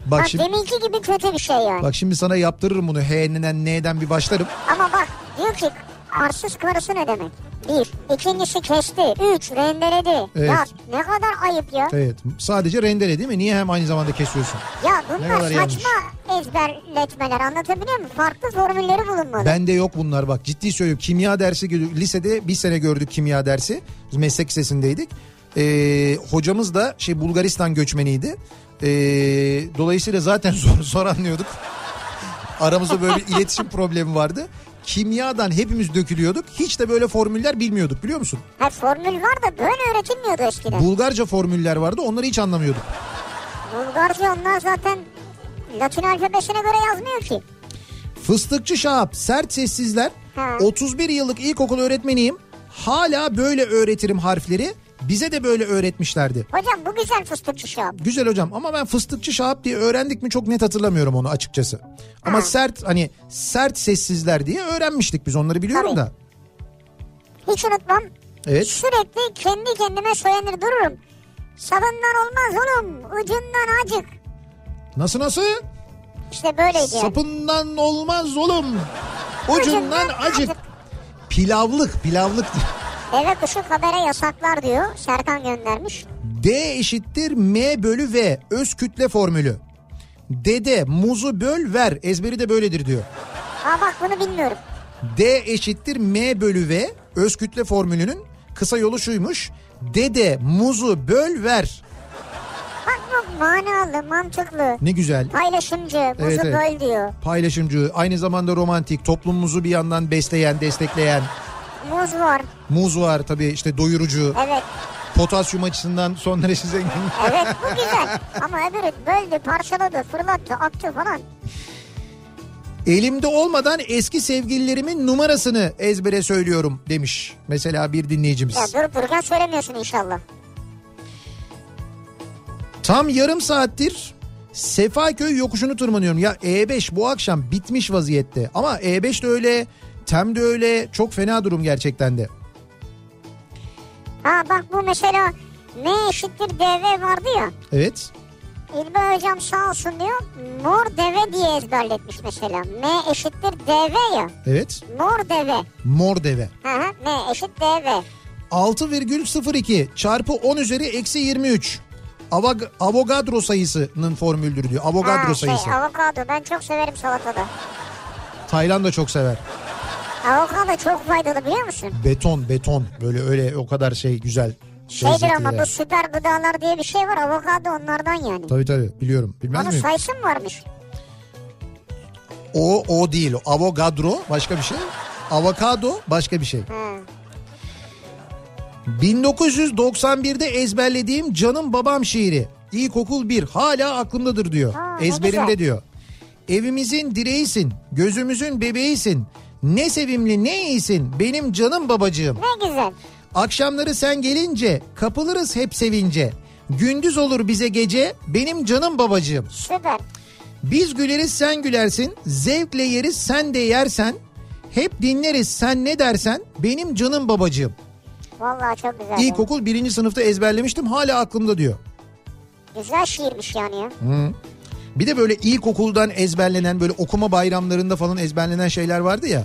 Bak Bak şimdi, deminki gibi kötü bir şey yani. bak şimdi sana yaptırırım bunu H'nden N'den bir başlarım. Ama bak diyor ki arsız karısı ne demek? Bir. İkincisi kesti. Üç. Rendeledi. Evet. Ya ne kadar ayıp ya. Evet sadece rendele değil mi? Niye hem aynı zamanda kesiyorsun? Ya Ne kadar bunlar yanlış. saçma ezberletmeler anlatabiliyor muyum? Farklı formülleri bulunmalı. Bende yok bunlar bak ciddi söylüyorum. Kimya dersi gö- lisede bir sene gördük kimya dersi. Biz meslek lisesindeydik. Ee, hocamız da şey Bulgaristan göçmeniydi. Ee, *laughs* dolayısıyla zaten zor, zor anlıyorduk. Aramızda böyle bir iletişim problemi vardı. kimyadan hepimiz dökülüyorduk. Hiç de böyle formüller bilmiyorduk biliyor musun? Ha formül var da böyle öğretilmiyordu eskiden. Bulgarca formüller vardı onları hiç anlamıyorduk. Bulgarca onlar zaten Latin alfabesine göre yazmıyor ki. Fıstıkçı Şahap sert sessizler. Ha. 31 yıllık ilkokul öğretmeniyim. Hala böyle öğretirim harfleri. Bize de böyle öğretmişlerdi. Hocam bu güzel fıstıkçı şahap. Güzel hocam ama ben fıstıkçı Şahap diye öğrendik mi çok net hatırlamıyorum onu açıkçası. Ama sert hani sert sessizler diye öğrenmiştik biz onları biliyorum Tabii. da. Hiç unutmam. Evet. Sürekli kendi kendime söylenir dururum. Sabından olmaz oğlum. Ucundan acık. Nasıl nasıl? İşte böyleydi yani. Sapından olmaz oğlum. Ucundan Ucundan acık. acık. Pilavlık pilavlık. Eve kuşu habere yasaklar diyor. Serkan göndermiş. D eşittir M bölü V öz kütle formülü. Dede muzu böl ver ezberi de böyledir diyor. Aa bak bunu bilmiyorum. D eşittir M bölü V öz kütle formülünün kısa yolu şuymuş. Dede muzu böl ver. Bak bu manalı, mantıklı. Ne güzel. Paylaşımcı, buzu Evet, evet. böl diyor. Paylaşımcı aynı zamanda romantik toplumumuzu bir yandan besleyen destekleyen Muz var. muz var tabii işte doyurucu Evet. potasyum açısından son derece zengin. Evet bu *laughs* güzel. Ama öbürü böldü, parçaladı, fırlattı, attı falan. Elimde olmadan eski sevgililerimin numarasını ezbere söylüyorum demiş. Mesela bir dinleyicimiz. Ya durup dururken söylemiyorsun inşallah. Tam yarım saattir Sefaköy yokuşunu tırmanıyorum. Ya E5 bu akşam bitmiş vaziyette. Ama E5 de öyle, TEM de öyle. Çok fena durum gerçekten de. Ha bak bu mesela M eşittir DV vardı ya. Evet. İlber hocam sağ olsun diyor. Mor deve diye ezberletmiş mesela. M eşittir DV ya. Evet. Mor deve. Mor deve. Hı hı. M eşit DV. 6,02 çarpı 10 üzeri eksi 23. Avag- Avogadro sayısının formüldür diyor. Avogadro Ha, sayısı. Şey, avokado ben çok severim salatada. Tayland da çok sever. Avokado çok faydalı biliyor musun? Beton, beton. Böyle öyle o kadar şey güzel. Şeydir lezzetli ama yani. bu süper gıdalar diye bir şey var. Avokado onlardan yani. Tabii tabii biliyorum. Bilmez Onun miyim? sayısı mı varmış? O o değil. O Avogadro başka bir şey. Avokado başka bir şey. Hı. 1991'de ezberlediğim Canım Babam şiiri. İlkokul 1 hala aklımdadır diyor. Aa, ne Ezberimde güzel. diyor. Evimizin direğisin, gözümüzün bebeğisin. Ne sevimli ne iyisin benim canım babacığım. Ne güzel. Akşamları sen gelince kapılırız hep sevince. Gündüz olur bize gece benim canım babacığım. Süper. Biz güleriz sen gülersin, zevkle yeriz sen de yersen, hep dinleriz sen ne dersen, benim canım babacığım. Vallahi çok güzel. ya. İlkokul birinci sınıfta ezberlemiştim hala aklımda diyor. Güzel şiirmiş yani ya. Bir de böyle ilkokuldan ezberlenen böyle okuma bayramlarında falan ezberlenen şeyler vardı ya.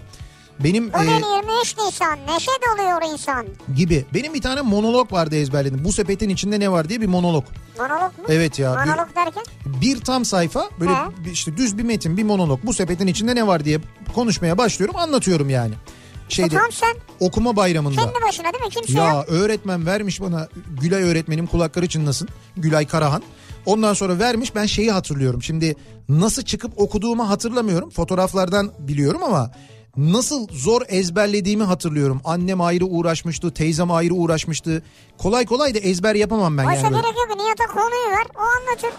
Benim Bugün e, 23 Nisan neşe doluyor insan. gibi benim bir tane monolog vardı ezberledim. Bu sepetin içinde ne var diye bir monolog. Monolog mu? Evet ya, bir- Monolog derken? bir tam sayfa böyle He. bir- işte düz bir metin bir monolog bu sepetin içinde ne var diye konuşmaya başlıyorum anlatıyorum yani. Şeyde E, tamam sen okuma bayramında. kendi başına değil mi? Kimse yok. Ya öğretmen vermiş bana Gülay öğretmenim kulakları çınlasın. Gülay Karahan. Ondan sonra vermiş ben şeyi hatırlıyorum. Şimdi nasıl çıkıp okuduğumu hatırlamıyorum. Fotoğraflardan biliyorum ama nasıl zor ezberlediğimi hatırlıyorum. Annem ayrı uğraşmıştı, teyzem ayrı uğraşmıştı. Kolay kolay da ezber yapamam ben Oysa yani. böyle. gerek yok. Nihat'a konuyu ver. O anlatır.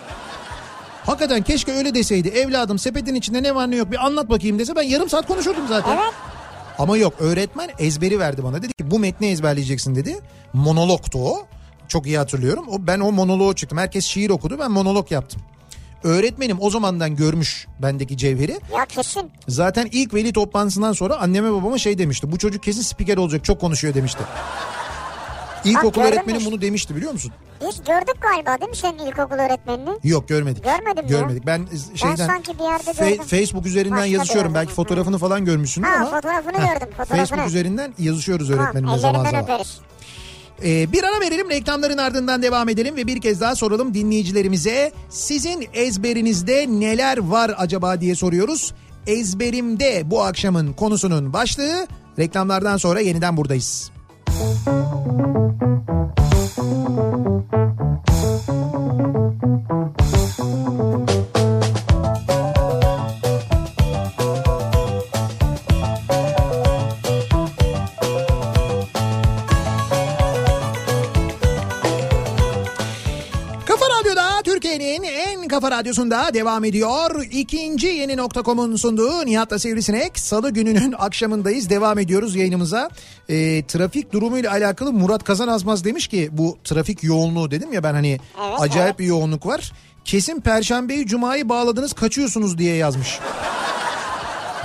Hakikaten keşke öyle deseydi. Evladım sepetin içinde ne var ne yok bir anlat bakayım dese ben yarım saat konuşurdum zaten. Evet. Ama yok öğretmen ezberi verdi bana. Dedi ki bu metni ezberleyeceksin dedi. Monologtu o. Çok iyi hatırlıyorum. O, ben o monoloğu çıktım. Herkes şiir okudu ben monolog yaptım. Öğretmenim o zamandan görmüş bendeki cevheri. Ya kesin. Zaten ilk veli toplantısından sonra anneme babama şey demişti. Bu çocuk kesin spiker olacak çok konuşuyor demişti. Ah, İlkokul görmüş. öğretmenim bunu demişti biliyor musun? Biz gördük galiba değil mi senin ilkokul öğretmenini? Yok görmedik. Görmedin mi? Görmedik. Ben e, şeyden sanki bir yerde Fe- gördüm. Facebook üzerinden Başka bir yazışıyorum. yerde. Belki fotoğrafını falan görmüşsün Ha ama. fotoğrafını Heh, gördüm. Fotoğrafını. Facebook üzerinden yazışıyoruz öğretmenimle Tamam, zaman ellerinden zaman. öperiz. Ee, bir ara verelim reklamların ardından devam edelim ve bir kez daha soralım dinleyicilerimize sizin ezberinizde neler var acaba diye soruyoruz. Ezberimde bu akşamın konusunun başlığı reklamlardan sonra yeniden buradayız. Kafa Radyosu'nda devam ediyor. İkinci yeni nokta.com'un sunduğu Nihat'la Sivrisinek. Salı gününün *laughs* akşamındayız. Devam ediyoruz yayınımıza. E, trafik durumuyla alakalı Murat Kazan Azmaz demiş ki bu trafik yoğunluğu dedim ya ben hani acayip bir yoğunluk var. Kesin Perşembeyi Cuma'yı bağladınız kaçıyorsunuz diye yazmış.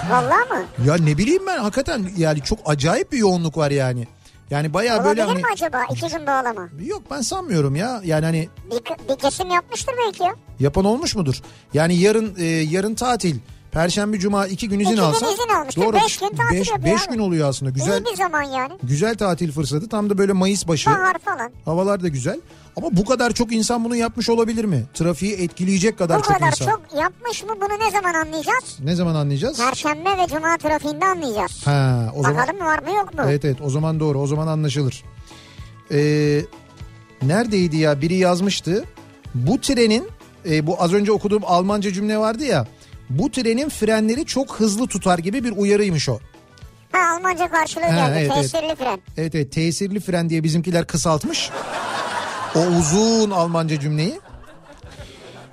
Vallahi mı? Ya ne bileyim ben hakikaten yani çok acayip bir yoğunluk var yani. Yani bayağı böyle Olabilir hani... mi acaba iki gün bağlama? Yok ben sanmıyorum ya. Yani hani Bir, bir kesim yapmıştır belki ya. Yapan olmuş mudur? Yani yarın e, yarın tatil. Perşembe, cuma iki gün izin İki gün alsa. izin almıştır. Beş gün tatil beş, yapıyor beş abi. gün oluyor aslında. Güzel Şey, İyi bir zaman yani. güzel tatil fırsatı. Tam da böyle Mayıs başı. Bahar falan. Havalar da güzel. Ama bu kadar çok insan bunu yapmış olabilir mi? Trafiği etkileyecek kadar Bu çok kadar insan. çok yapmış mı bunu ne zaman anlayacağız? Ne zaman anlayacağız? Perşembe ve cuma trafiğinde anlayacağız. Ha, o zaman. Bakalım var mı yok mu? Evet evet o zaman doğru o zaman anlaşılır. Ee, neredeydi ya biri yazmıştı. Bu trenin e, bu az önce okuduğum Almanca cümle vardı ya. Bu trenin frenleri çok hızlı tutar gibi bir uyarıymış o. Ha Almanca karşılığı Ha, geldi. evet, evet. tesirli fren. Evet evet tesirli fren diye bizimkiler kısaltmış. O uzun Almanca cümleyi.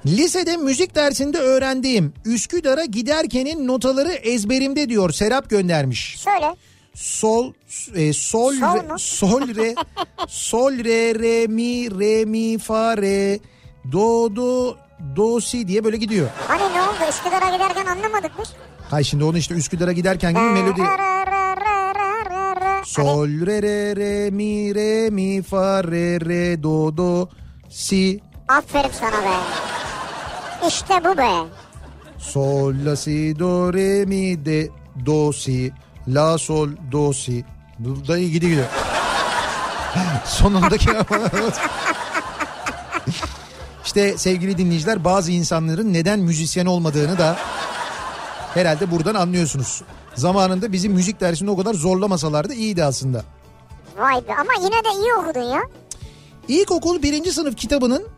Lisede müzik dersinde öğrendiğim Üsküdar'a giderkenin notaları ezberimde diyor Serap göndermiş. Söyle. sol e, sol Sol re, mu? sol re sol re re mi re mi fa re do do do si diye böyle gidiyor. Hani ne oldu Üsküdar'a giderken anlamadık biz. Hay şimdi onu işte Üsküdar'a giderken gibi melodi. Ra, ra, ra, ra, ra, ra, ra. Sol re re re mi re mi fa re re do do si Hadi, aferin sana be. İşte bu be. sol la si do re mi de do si la sol do si. Bu da iyi gidiyor. gidiyor. *laughs* Sonundaki *laughs* İşte sevgili dinleyiciler bazı insanların neden müzisyen olmadığını da herhalde buradan anlıyorsunuz. Zamanında bizi müzik dersinde o kadar zorlamasalardı iyiydi aslında. Vay be ama yine de iyi okudun ya. İlkokul birinci sınıf kitabının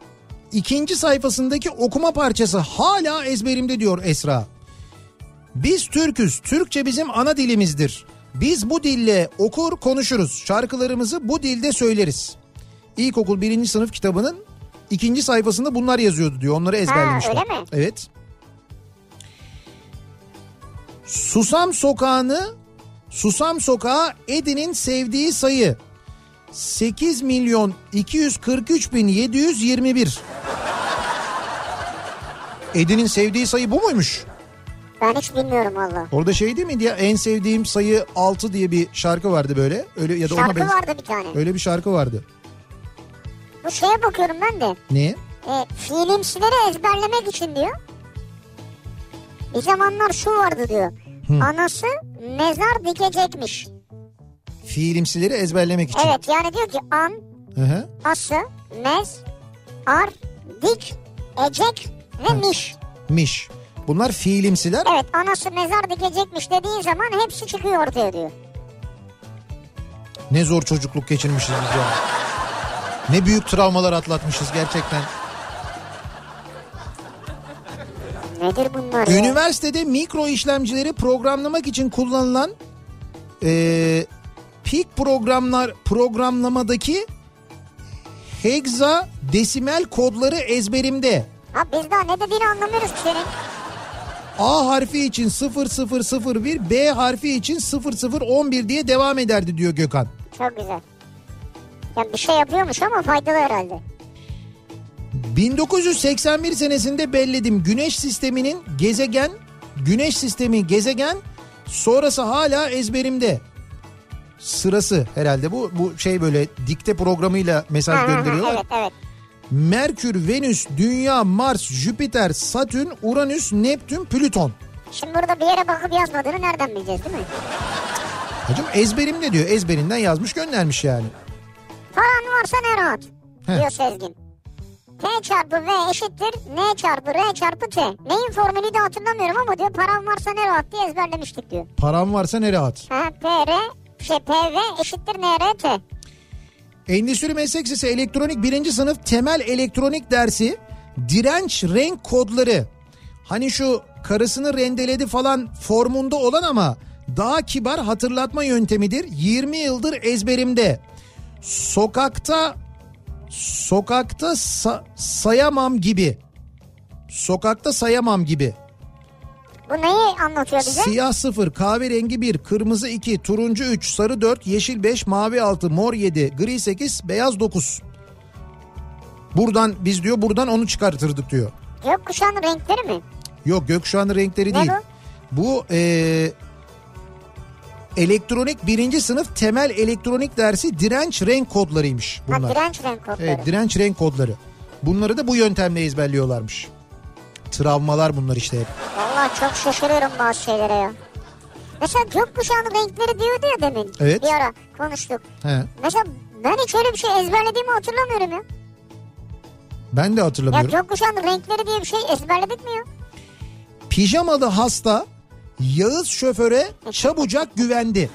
ikinci sayfasındaki okuma parçası hala ezberimde diyor Esra. Biz Türküz, Türkçe bizim ana dilimizdir. Biz bu dille okur konuşuruz, şarkılarımızı bu dilde söyleriz. İlkokul birinci sınıf kitabının ikinci sayfasında bunlar yazıyordu diyor. Onları ezberlemişler. öyle mi? Evet. Susam sokağını, Susam sokağı Edi'nin sevdiği sayı. 8 milyon 243 bin 721. Edi'nin sevdiği sayı bu muymuş? Ben hiç bilmiyorum valla. Orada şey değil miydi ya en sevdiğim sayı 6 diye bir şarkı vardı böyle. Öyle ya da ona Şarkı benzer- vardı bir tane. Öyle bir şarkı vardı. Bu şeye bakıyorum ben de. Ne? E, fiilimsileri ezberlemek için diyor. Bir zamanlar şu vardı diyor. Anası mezar dikecekmiş. Fiilimsileri ezberlemek için. Evet yani diyor ki an, Hı hı. ası, mez, ar, dik, ecek ve miş. Miş. Bunlar fiilimsiler. Evet anası mezar dikecekmiş dediğin zaman hepsi çıkıyor ortaya diyor. Ne zor çocukluk geçirmişiz biz ya. Ne büyük travmalar atlatmışız gerçekten. Nedir bunlar ya? Üniversitede mikro işlemcileri programlamak için kullanılan eee PIC programlar programlamadaki hexa desimel kodları ezberimde. Ha biz daha ne dediğini anlamıyoruz ki senin. A harfi için 0001, B harfi için 0011 diye devam ederdi diyor Gökhan. Çok güzel. Ya bir şey yapıyormuş ama faydalı herhalde. 1981 senesinde belledim Güneş sisteminin gezegen, Güneş sistemi gezegen sonrası hala ezberimde. Sırası herhalde bu bu şey böyle dikte programıyla Ha, ha, mesaj ha, gönderiyorlar. evet evet. Merkür, Venüs, Dünya, Mars, Jüpiter, Satürn, Uranüs, Neptün, Plüton. Şimdi burada bir yere bakıp yazmadığını nereden bileceğiz değil mi? Hacım ezberimde diyor. Ezberinden yazmış göndermiş yani. Paran varsa ne rahat Heh. diyor Sezgin. T çarpı V eşittir N çarpı R çarpı T. Neyin formülü de hatırlamıyorum ama diyor paran varsa ne rahat diye ezberlemiştik diyor. Param varsa ne rahat. Ha, P, R, şey, P, V eşittir N, R, T. Endüstri Meslek Lisesi Elektronik 1. sınıf temel elektronik dersi direnç renk kodları. Hani şu karısını rendeledi falan formunda olan ama daha kibar hatırlatma yöntemidir. 20 yıldır ezberimde. Sokakta sokakta sa- sayamam gibi. Sokakta sayamam gibi. Bu neyi anlatıyor bize? Siyah 0, kahverengi 1, kırmızı 2, turuncu 3, sarı 4, yeşil 5, mavi 6, mor 7, gri 8, beyaz 9. Buradan biz diyor buradan onu çıkartırdık diyor. Gökkuşağının renkleri mi? Yok gökkuşağının renkleri Ne değil. Bu eee, elektronik birinci sınıf temel elektronik dersi direnç renk kodlarıymış bunlar. Ha direnç renk kodları. Evet direnç renk kodları. Bunları da bu yöntemle ezberliyorlarmış. Travmalar bunlar işte hep. Valla çok şaşırıyorum bazı şeylere ya. Mesela gökkuşağının renkleri diyordu ya demin. Evet. Bir ara konuştuk. He. Mesela ben hiç öyle bir şey ezberlediğimi hatırlamıyorum ya. Ben de Ya hatırlamıyorum. gökkuşağının renkleri diye bir şey ezberledik mi ya? Pijamalı hasta Yağız şoföre çabucak güvendi.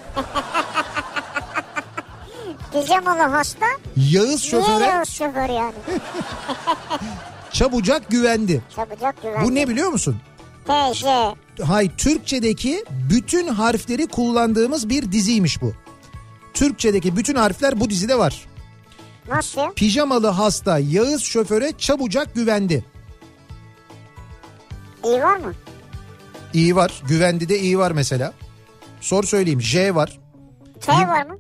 Pijamalı hasta. Yağız Niye şoföre Yağız şoför yani? çabucak güvendi. Çabucak güvenli. Bu ne biliyor musun? TJ. Hay Türkçedeki bütün harfleri kullandığımız bir diziymiş bu. Türkçedeki bütün harfler bu dizide var. Nasıl ya? Pijamalı hasta Yağız şoföre çabucak güvendi. İyi var mı? İyi var. Güvendi de iyi var mesela. Sor söyleyeyim. J var. T var mı?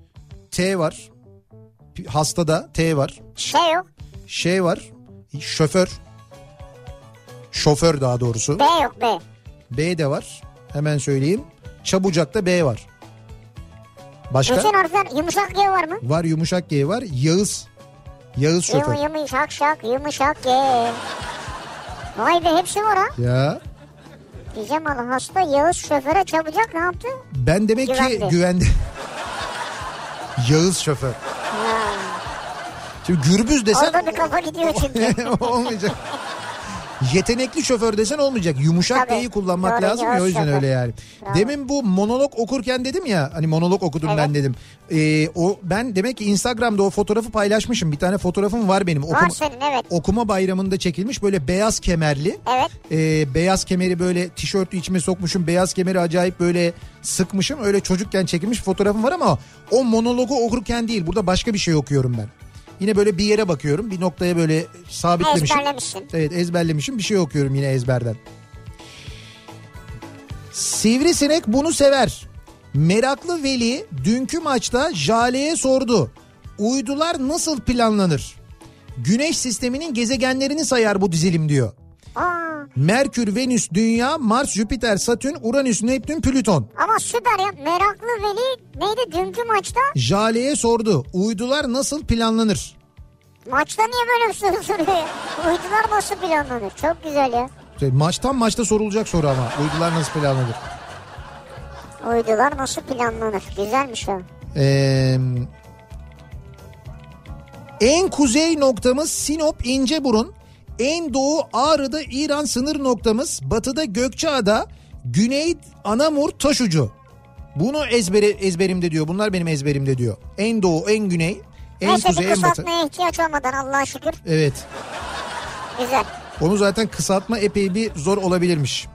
T var. P- Hastada T var. Şey yok. Şey var. Şoför. Şoför daha doğrusu. B yok B. B de var. Hemen söyleyeyim. Çabucak'ta B var. Bütün Başka? harfler yumuşak G var mı? Var yumuşak G var. Yağız. Yağız şoför. Yum, yumuşak şak yumuşak G. Vay be hepsi var ha. Ya Pijamalı hasta Yağız şoföre çabucak ne yaptı? ben demek ki Güvendi. güvende. *laughs* Yağız şoför. Şimdi gürbüz desen Orada bir kafa gidiyor *laughs* çünkü. olmayacak. Yetenekli şoför desen olmayacak. Yumuşak Tabii. G'yi kullanmak Doğru, lazım ya o yavaş yüzden şoför. öyle yani. Bravo. Demin bu monolog okurken dedim ya hani monolog okudum ben Evet. dedim. Ee, o ben demek ki Instagram'da o fotoğrafı paylaşmışım. Bir tane fotoğrafım var benim. var şey- Okuma, senin evet. okuma bayramında çekilmiş böyle beyaz kemerli. Evet. Ee, beyaz kemeri böyle tişörtü içime sokmuşum. Beyaz kemeri acayip böyle sıkmışım. Öyle çocukken çekilmiş fotoğrafım var ama o monologu okurken değil. Burada başka bir şey okuyorum ben. Yine böyle bir yere bakıyorum. Bir noktaya böyle sabitlemişim. Ezberlemişsin. Evet ezberlemişim. Bir şey okuyorum yine ezberden. Sivrisinek bunu sever. Meraklı Veli dünkü maçta Jale'ye sordu. Uydular nasıl planlanır? Güneş sisteminin gezegenlerini sayar bu dizilim diyor. Aa, Merkür, Venüs, Dünya, Mars, Jüpiter, Satürn, Uranüs, Neptün, Plüton. ama süper ya. Meraklı Veli neydi dünkü maçta? Jale'ye sordu. Uydular nasıl planlanır? Maçta niye böyle bir soru soruyor? Uydular nasıl planlanır? Çok güzel ya. İşte Maçtan maçta sorulacak soru ama. Uydular nasıl planlanır? Uydular nasıl planlanır? Güzelmiş o. Ee, en kuzey noktamız Sinop İnceburun. En doğu Ağrı'da İran sınır noktamız. Batıda Gökçeada. Güney Anamur Taşucu. Bunu ezbere, ezberimde diyor. Bunlar benim ezberimde diyor. En doğu, en güney, en Neyse kuzey, şey bir en batı. kısaltmaya ihtiyaç olmadan Allah'a şükür. Evet. Güzel. Onu zaten kısaltma epey bir zor olabilirmiş.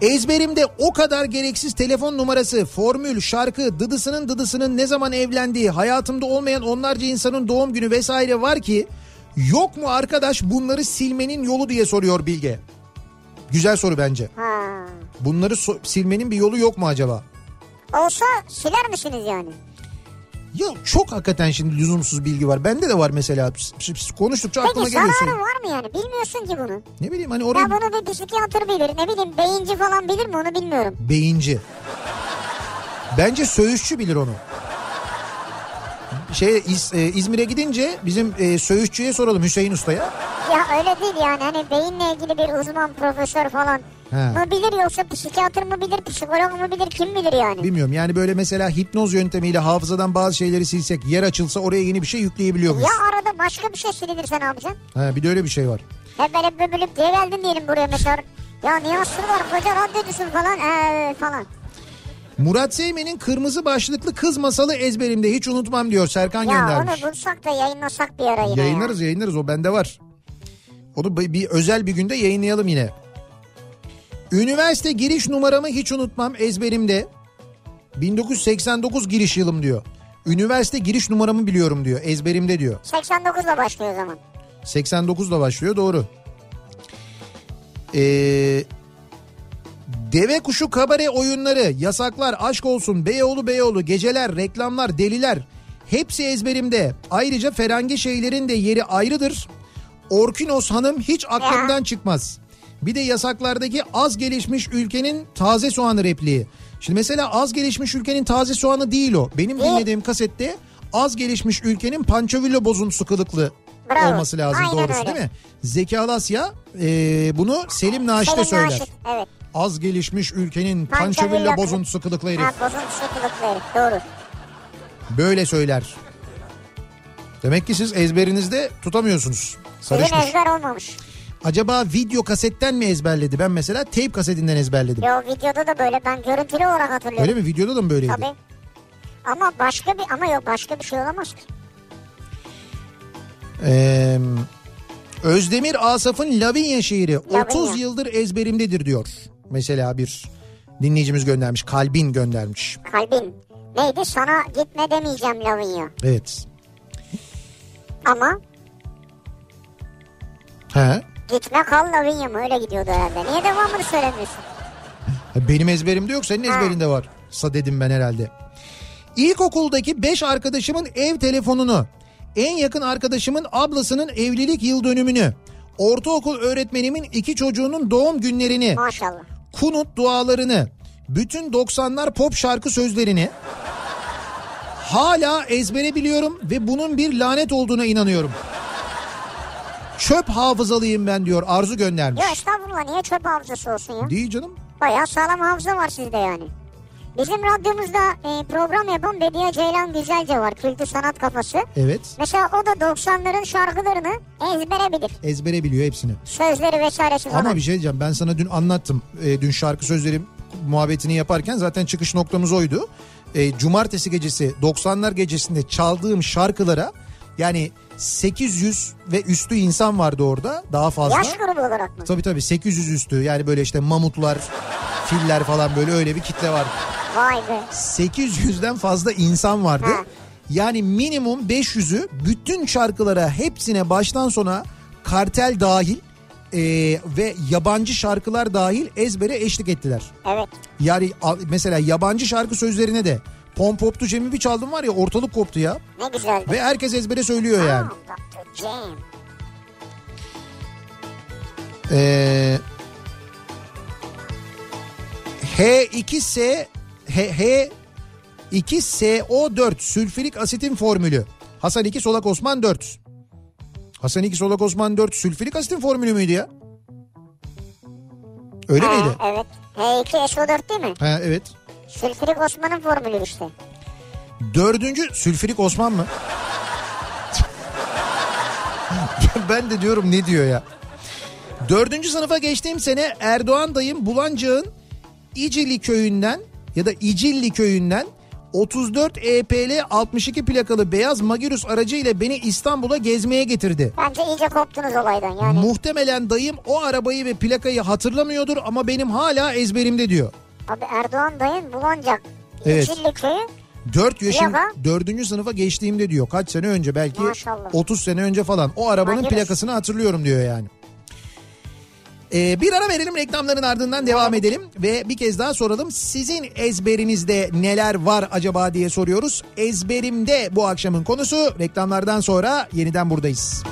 Ezberimde o kadar gereksiz telefon numarası, formül, şarkı, dıdısının dıdısının ne zaman evlendiği, hayatımda olmayan onlarca insanın doğum günü vesaire var ki yok mu arkadaş bunları silmenin yolu diye soruyor Bilge. Güzel soru bence. Ha. Bunları so- silmenin bir yolu yok mu acaba? Olsa siler misiniz yani? Ya çok hakikaten şimdi lüzumsuz bilgi var. Bende de var mesela. Ps- ps- ps- Konuştukça aklıma Peki geliyor. zararı sürekli. var mı yani? Bilmiyorsun ki bunu. Ne bileyim hani Ya oraya bunu bir psikiyatr bilir. Ne bileyim beyinci falan bilir mi onu bilmiyorum. Beyinci. Bence söğüşçü bilir onu. Şey İz- e, İzmir'e gidince bizim e, söğüşçüye soralım Hüseyin Usta'ya. Ya öyle değil yani hani beyinle ilgili bir uzman profesör falan He. mı bilir yoksa psikiyatr mı bilir psikolog mu bilir kim bilir yani. Bilmiyorum yani böyle mesela hipnoz yöntemiyle hafızadan bazı şeyleri silsek yer açılsa oraya yeni bir şey yükleyebiliyor muyuz? ya arada başka bir şey silinirse ne yapacaksın? Ha, bir de öyle bir şey var. Hep böyle böbülüp diye geldin diyelim buraya mesela. Ya Nihat Sırdar koca radyocusun falan ee, falan. Murat Seymen'in kırmızı başlıklı kız masalı ezberimde hiç unutmam diyor Serkan Ya göndermiş. onu bulsak da yayınlasak bir ara yine ya. Yayınlarız yayınlarız o bende var. Onu bir, bir özel bir günde yayınlayalım yine. Üniversite giriş numaramı hiç unutmam ezberimde. 1989 giriş yılım diyor. Üniversite giriş numaramı biliyorum diyor ezberimde diyor. 89'la başlıyor o zaman. 89 da başlıyor doğru. Ee, Deve kuşu kabare oyunları, yasaklar, aşk olsun, Beyoğlu Beyoğlu, geceler, reklamlar, deliler. Hepsi ezberimde. Ayrıca Ferange şeylerin de yeri ayrıdır. Orkinos Hanım hiç aklımdan çıkmaz. Bir de yasaklardaki az gelişmiş ülkenin taze soğanı repliği. Şimdi mesela az gelişmiş ülkenin taze soğanı değil o. Benim dinlediğim kasette az gelişmiş ülkenin pançovillo bozuntusu kılıklı Bravo. olması lazım Aynen doğrusu öyle. değil mi? *laughs* Zeki Alasya e, bunu Selim Naş'ta Selim söyler. Naşit, Evet. Az gelişmiş ülkenin Panço pançovilla villa- bozuntusu kılıklı Ha, herif. bozuntusu kılıklı herif. Doğru. Böyle söyler. Demek ki siz ezberinizde tutamıyorsunuz. Sizin Sarışmış. ezber olmamış. Acaba video kasetten mi ezberledi? Ben mesela teyp kasetinden ezberledim. Yo videoda da böyle ben görüntülü olarak hatırlıyorum. Öyle mi? Videoda da mı böyleydi? Tabii. Ama başka bir ama yok başka bir şey olamaz ki. Ee, Özdemir Asaf'ın Lavinya şiiri 30 yıldır ezberimdedir diyor. Mesela bir dinleyicimiz göndermiş. Kalbin göndermiş. Kalbim neydi sana gitme demeyeceğim Lavinya. Evet. Ama He. gitme kal Lavinya mı öyle gidiyordu herhalde. Niye devamını söylemiyorsun? Benim ezberimde yok senin ezberinde var. Sa dedim ben herhalde. İlkokuldaki 5 arkadaşımın ev telefonunu, en yakın arkadaşımın ablasının evlilik yıl dönümünü, ortaokul öğretmenimin iki çocuğunun doğum günlerini, Maşallah. kunut dualarını, bütün 90'lar pop şarkı sözlerini hala ezbere biliyorum ve bunun bir lanet olduğuna inanıyorum. Çöp hafızalıyım ben diyor Arzu göndermiş. Yo estağfurullah niye çöp hafızası olsun ya? Değil canım. Bayağı sağlam hafıza var sizde yani. Bizim radyomuzda e, program yapan Bediye Ceylan Güzelce var. Kültür sanat kafası. Evet. Mesela o da 90'ların şarkılarını ezbere bilir. Ezbere biliyor hepsini. Sözleri vesairesi falan. Ama bir şey diyeceğim ben sana dün anlattım. Ee, dün şarkı sözleri muhabbetini yaparken zaten çıkış noktamız oydu. Ee, cumartesi gecesi 90'lar gecesinde çaldığım şarkılara yani 800 ve üstü insan vardı orada daha fazla. Yaş grubu olarak mı? Tabii tabii 800 üstü yani böyle işte mamutlar, filler falan böyle öyle bir kitle vardı. Vay be. 800'den fazla insan vardı. Ha. Yani minimum 500'ü bütün şarkılara hepsine baştan sona kartel dahil e, ve yabancı şarkılar dahil ezbere eşlik ettiler. Evet. Yani a- mesela yabancı şarkı sözlerine de Pom Poptu Cem'i bir çaldım var ya ortalık koptu ya. Ne güzeldi. Ve herkes ezbere söylüyor yani. Aa, Dr. Jane. Ee, H2S H, H 2SO4 sülfürik asitin formülü. Hasan 2 Solak Osman 4. Hasan 2 Solak Osman 4 sülfürik asitin formülü müydü ya? Öyle Ha, miydi? Evet. H2SO4 değil mi? Ha, evet. Sülfürik Osman'ın formülü işte. Dördüncü sülfürik Osman mı? *laughs* ben de diyorum ne diyor ya. Dördüncü sınıfa geçtiğim sene Erdoğan dayım Bulancı'nın İcili köyünden ya da İcilli köyünden E 34 EPL 62 plakalı beyaz Magirus aracı ile beni İstanbul'a gezmeye getirdi. Bence iyice koptunuz olaydan yani. Muhtemelen dayım o arabayı ve plakayı hatırlamıyordur ama benim hala ezberimde diyor. Abi Erdoğan dayın Bulancak. Evet. İçilli köyü 4 yaşım Plaka? 4. sınıfa geçtiğimde diyor. Kaç sene önce belki Maşallah. 30 sene önce falan. O arabanın Hangi plakasını hatırlıyorum diyor yani. Ee, bir ara verelim reklamların ardından devam edelim ve bir kez daha soralım. Sizin ezberinizde neler var acaba diye soruyoruz. Ezberimde bu akşamın konusu reklamlardan sonra yeniden buradayız.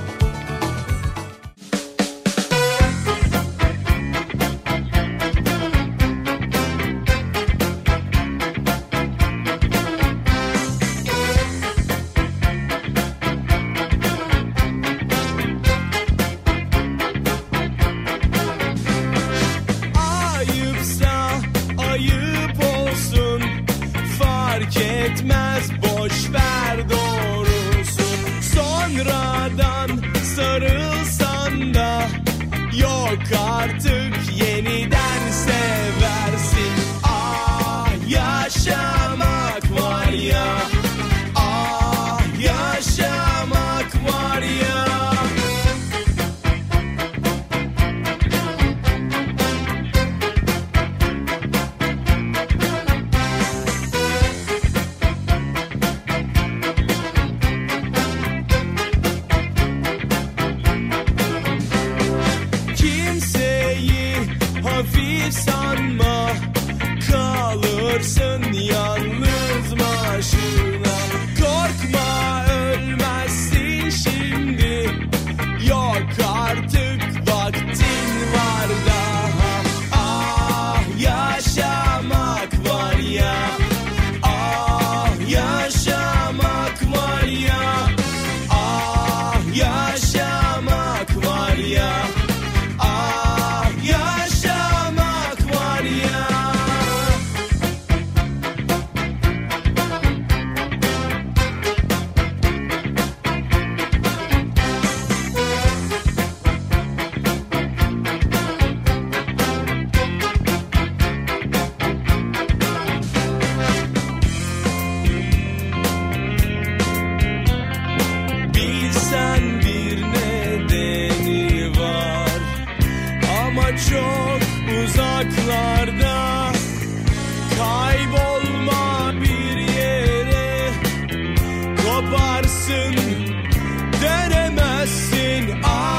Ayıpsa ayıp olsun Fark etmez boş ver doğrusun Sonradan sarılsan da Yok artık yeniden seversin Ah yaşamak var ya Ah yaşamak var ya Kimseyi Ah, Ah, Ah, Ah, Ah, Ah,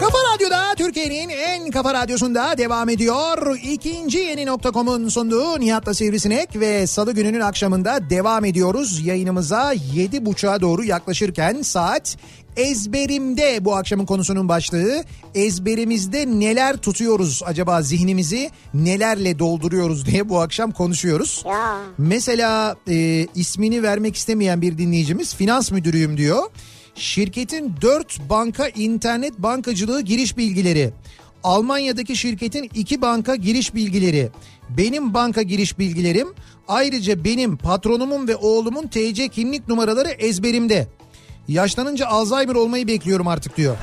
Kafa Radyo'da Türkiye'nin en kafa radyosunda devam ediyor. İkinci yeni nokta.com'un sunduğu Nihat'la Sivrisinek ve salı gününün akşamında devam ediyoruz. Yayınımıza yedi buçuğa doğru yaklaşırken saat ezberimde bu akşamın konusunun başlığı. Ezberimizde neler tutuyoruz acaba zihnimizi nelerle dolduruyoruz diye bu akşam konuşuyoruz. Ya. Mesela e, ismini vermek istemeyen bir dinleyicimiz finans müdürüyüm diyor. Şirketin 4 banka internet bankacılığı giriş bilgileri. Almanya'daki şirketin 2 banka giriş bilgileri. Benim banka giriş bilgilerim. Ayrıca benim patronumun ve oğlumun TC kimlik numaraları ezberimde. Yaşlanınca Alzheimer olmayı bekliyorum artık diyor.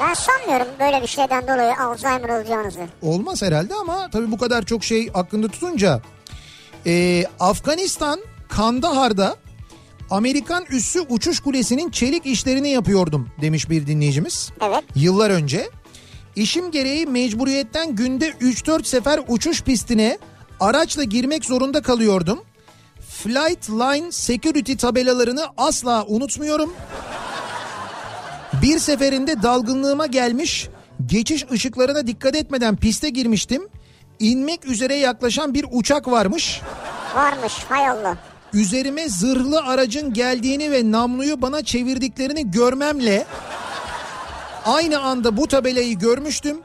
Ben sanmıyorum böyle bir şeyden dolayı Alzheimer olacağınızı. olmaz herhalde ama tabii bu kadar çok şey aklında tutunca Ee, Afganistan Kandahar'da Amerikan üssü uçuş kulesinin çelik işlerini yapıyordum demiş bir dinleyicimiz. Evet. Yıllar önce. İşim gereği mecburiyetten günde 3-4 sefer uçuş pistine araçla girmek zorunda kalıyordum. Flight Line Security tabelalarını asla unutmuyorum. Bir seferinde dalgınlığıma gelmiş, geçiş ışıklarına dikkat etmeden piste girmiştim. İnmek üzere yaklaşan bir uçak varmış. Varmış hay Allah. Üzerime zırhlı aracın geldiğini ve namluyu bana çevirdiklerini görmemle aynı anda bu tabelayı görmüştüm.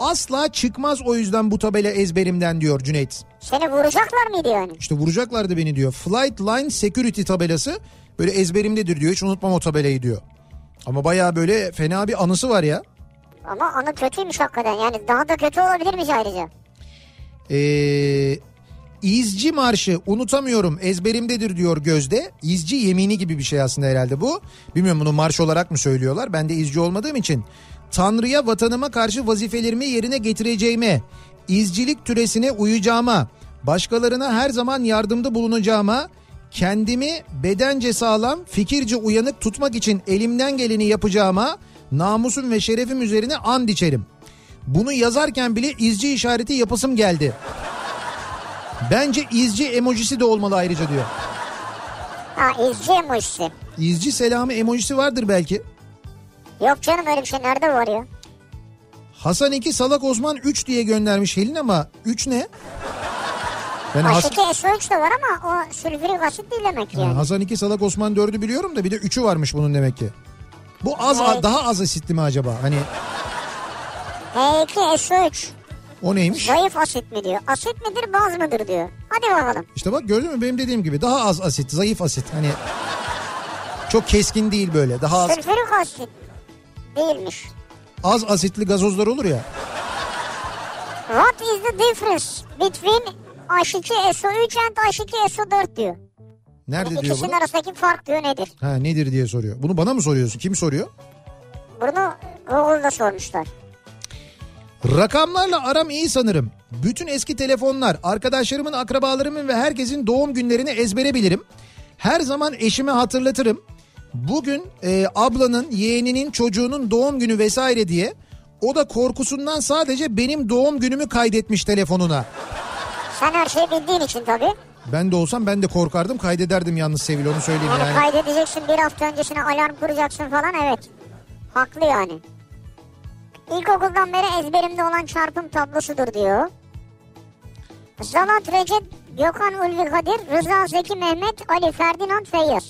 Asla çıkmaz o yüzden bu tabela ezberimden diyor Cüneyt. Seni vuracaklar mıydı yani? İşte vuracaklardı beni diyor. Flight Line Security tabelası böyle ezberimdedir diyor. Hiç unutmam o tabelayı diyor. Ama bayağı böyle fena bir anısı var ya. Ama anı kötüymüş hakikaten. Yani daha da kötü olabilirmiş ayrıca. Ee, İzci Marşı unutamıyorum ezberimdedir diyor Gözde. İzci yemini gibi bir şey aslında herhalde bu. Bilmiyorum bunu marş olarak mı söylüyorlar. Ben de izci olmadığım için. Tanrı'ya vatanıma karşı vazifelerimi yerine getireceğime, izcilik türesine uyacağıma, başkalarına her zaman yardımda bulunacağıma, kendimi bedence sağlam, fikirce uyanık tutmak için elimden geleni yapacağıma, namusum ve şerefim üzerine and içerim. Bunu yazarken bile izci işareti yapasım geldi. Bence izci emojisi de olmalı ayrıca diyor. Ha izci emojisi. İzci selamı emojisi vardır belki. Yok canım öyle bir şey nerede var ya? Hasan 2 Salak Osman 3 diye göndermiş Helin ama 3 ne? Ben Has- Aşıkı SO3 de var ama o sülfürik asit değil demek ki yani. Hasan 2 Salak Osman 4'ü biliyorum da bir de 3'ü varmış bunun demek ki. Bu az Evet. daha az asitli mi acaba? Hani H2 SO3 o neymiş? zayıf asit mi diyor. Asit midir baz mıdır diyor. Hadi bakalım. İşte bak gördün mü benim dediğim gibi daha az asit, zayıf asit. Hani çok keskin değil böyle. Daha az Sülfürik asit değilmiş. az asitli gazozlar olur ya. What is the difference between H2 SO3 and H2 SO4 diyor. Nerede diyor İkisinin bunu? arasındaki fark diyor nedir? Ha nedir diye soruyor. Bunu bana mı soruyorsun? Kim soruyor? Bunu Google'da sormuşlar. Rakamlarla aram iyi sanırım. Bütün eski telefonlar, arkadaşlarımın, akrabalarımın ve herkesin doğum günlerini ezbere bilirim. Her zaman eşime hatırlatırım. Bugün e, ablanın, yeğeninin, çocuğunun doğum günü vesaire diye. O da korkusundan sadece benim doğum günümü kaydetmiş telefonuna. Sen her şeyi bildiğin için tabii. Ben de olsam ben de korkardım kaydederdim yalnız Sevil onu söyleyeyim Yani yani. kaydedeceksin bir hafta öncesine alarm kuracaksın falan evet. Haklı yani. İlkokuldan beri ezberimde olan çarpım tablosudur diyor. Zalat Recep, Gökhan Ulvi Kadir, Rıza Zeki Mehmet, Ali Ferdinand Feyyaz.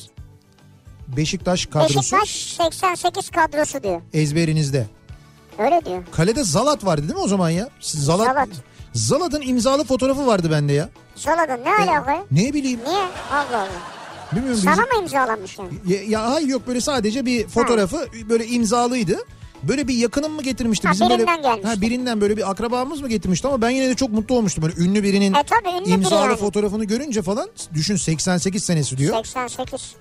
Beşiktaş kadrosu Beşiktaş 88 kadrosu diyor. ezberinizde. Öyle diyor. Kalede Zalat vardı değil mi o zaman ya? Siz Zalat, Zalat. Zalat'ın imzalı fotoğrafı vardı bende ya. Saladın ne alaka? Ne bileyim. Niye? Allah Allah. Bilmiyorum. Sana bizim- mı imzalanmış yani? Ya, ya hayır yok böyle sadece bir fotoğrafı böyle imzalıydı. Böyle bir yakınım mı getirmişti? Ha, böyle, birinden gelmişti. Ha, birinden böyle bir akrabamız mı getirmişti ama ben yine de çok mutlu olmuştum. Böyle ünlü birinin E, tabii, ünlü biri imzalı yani. fotoğrafını görünce falan düşün 88 senesi diyor. 88.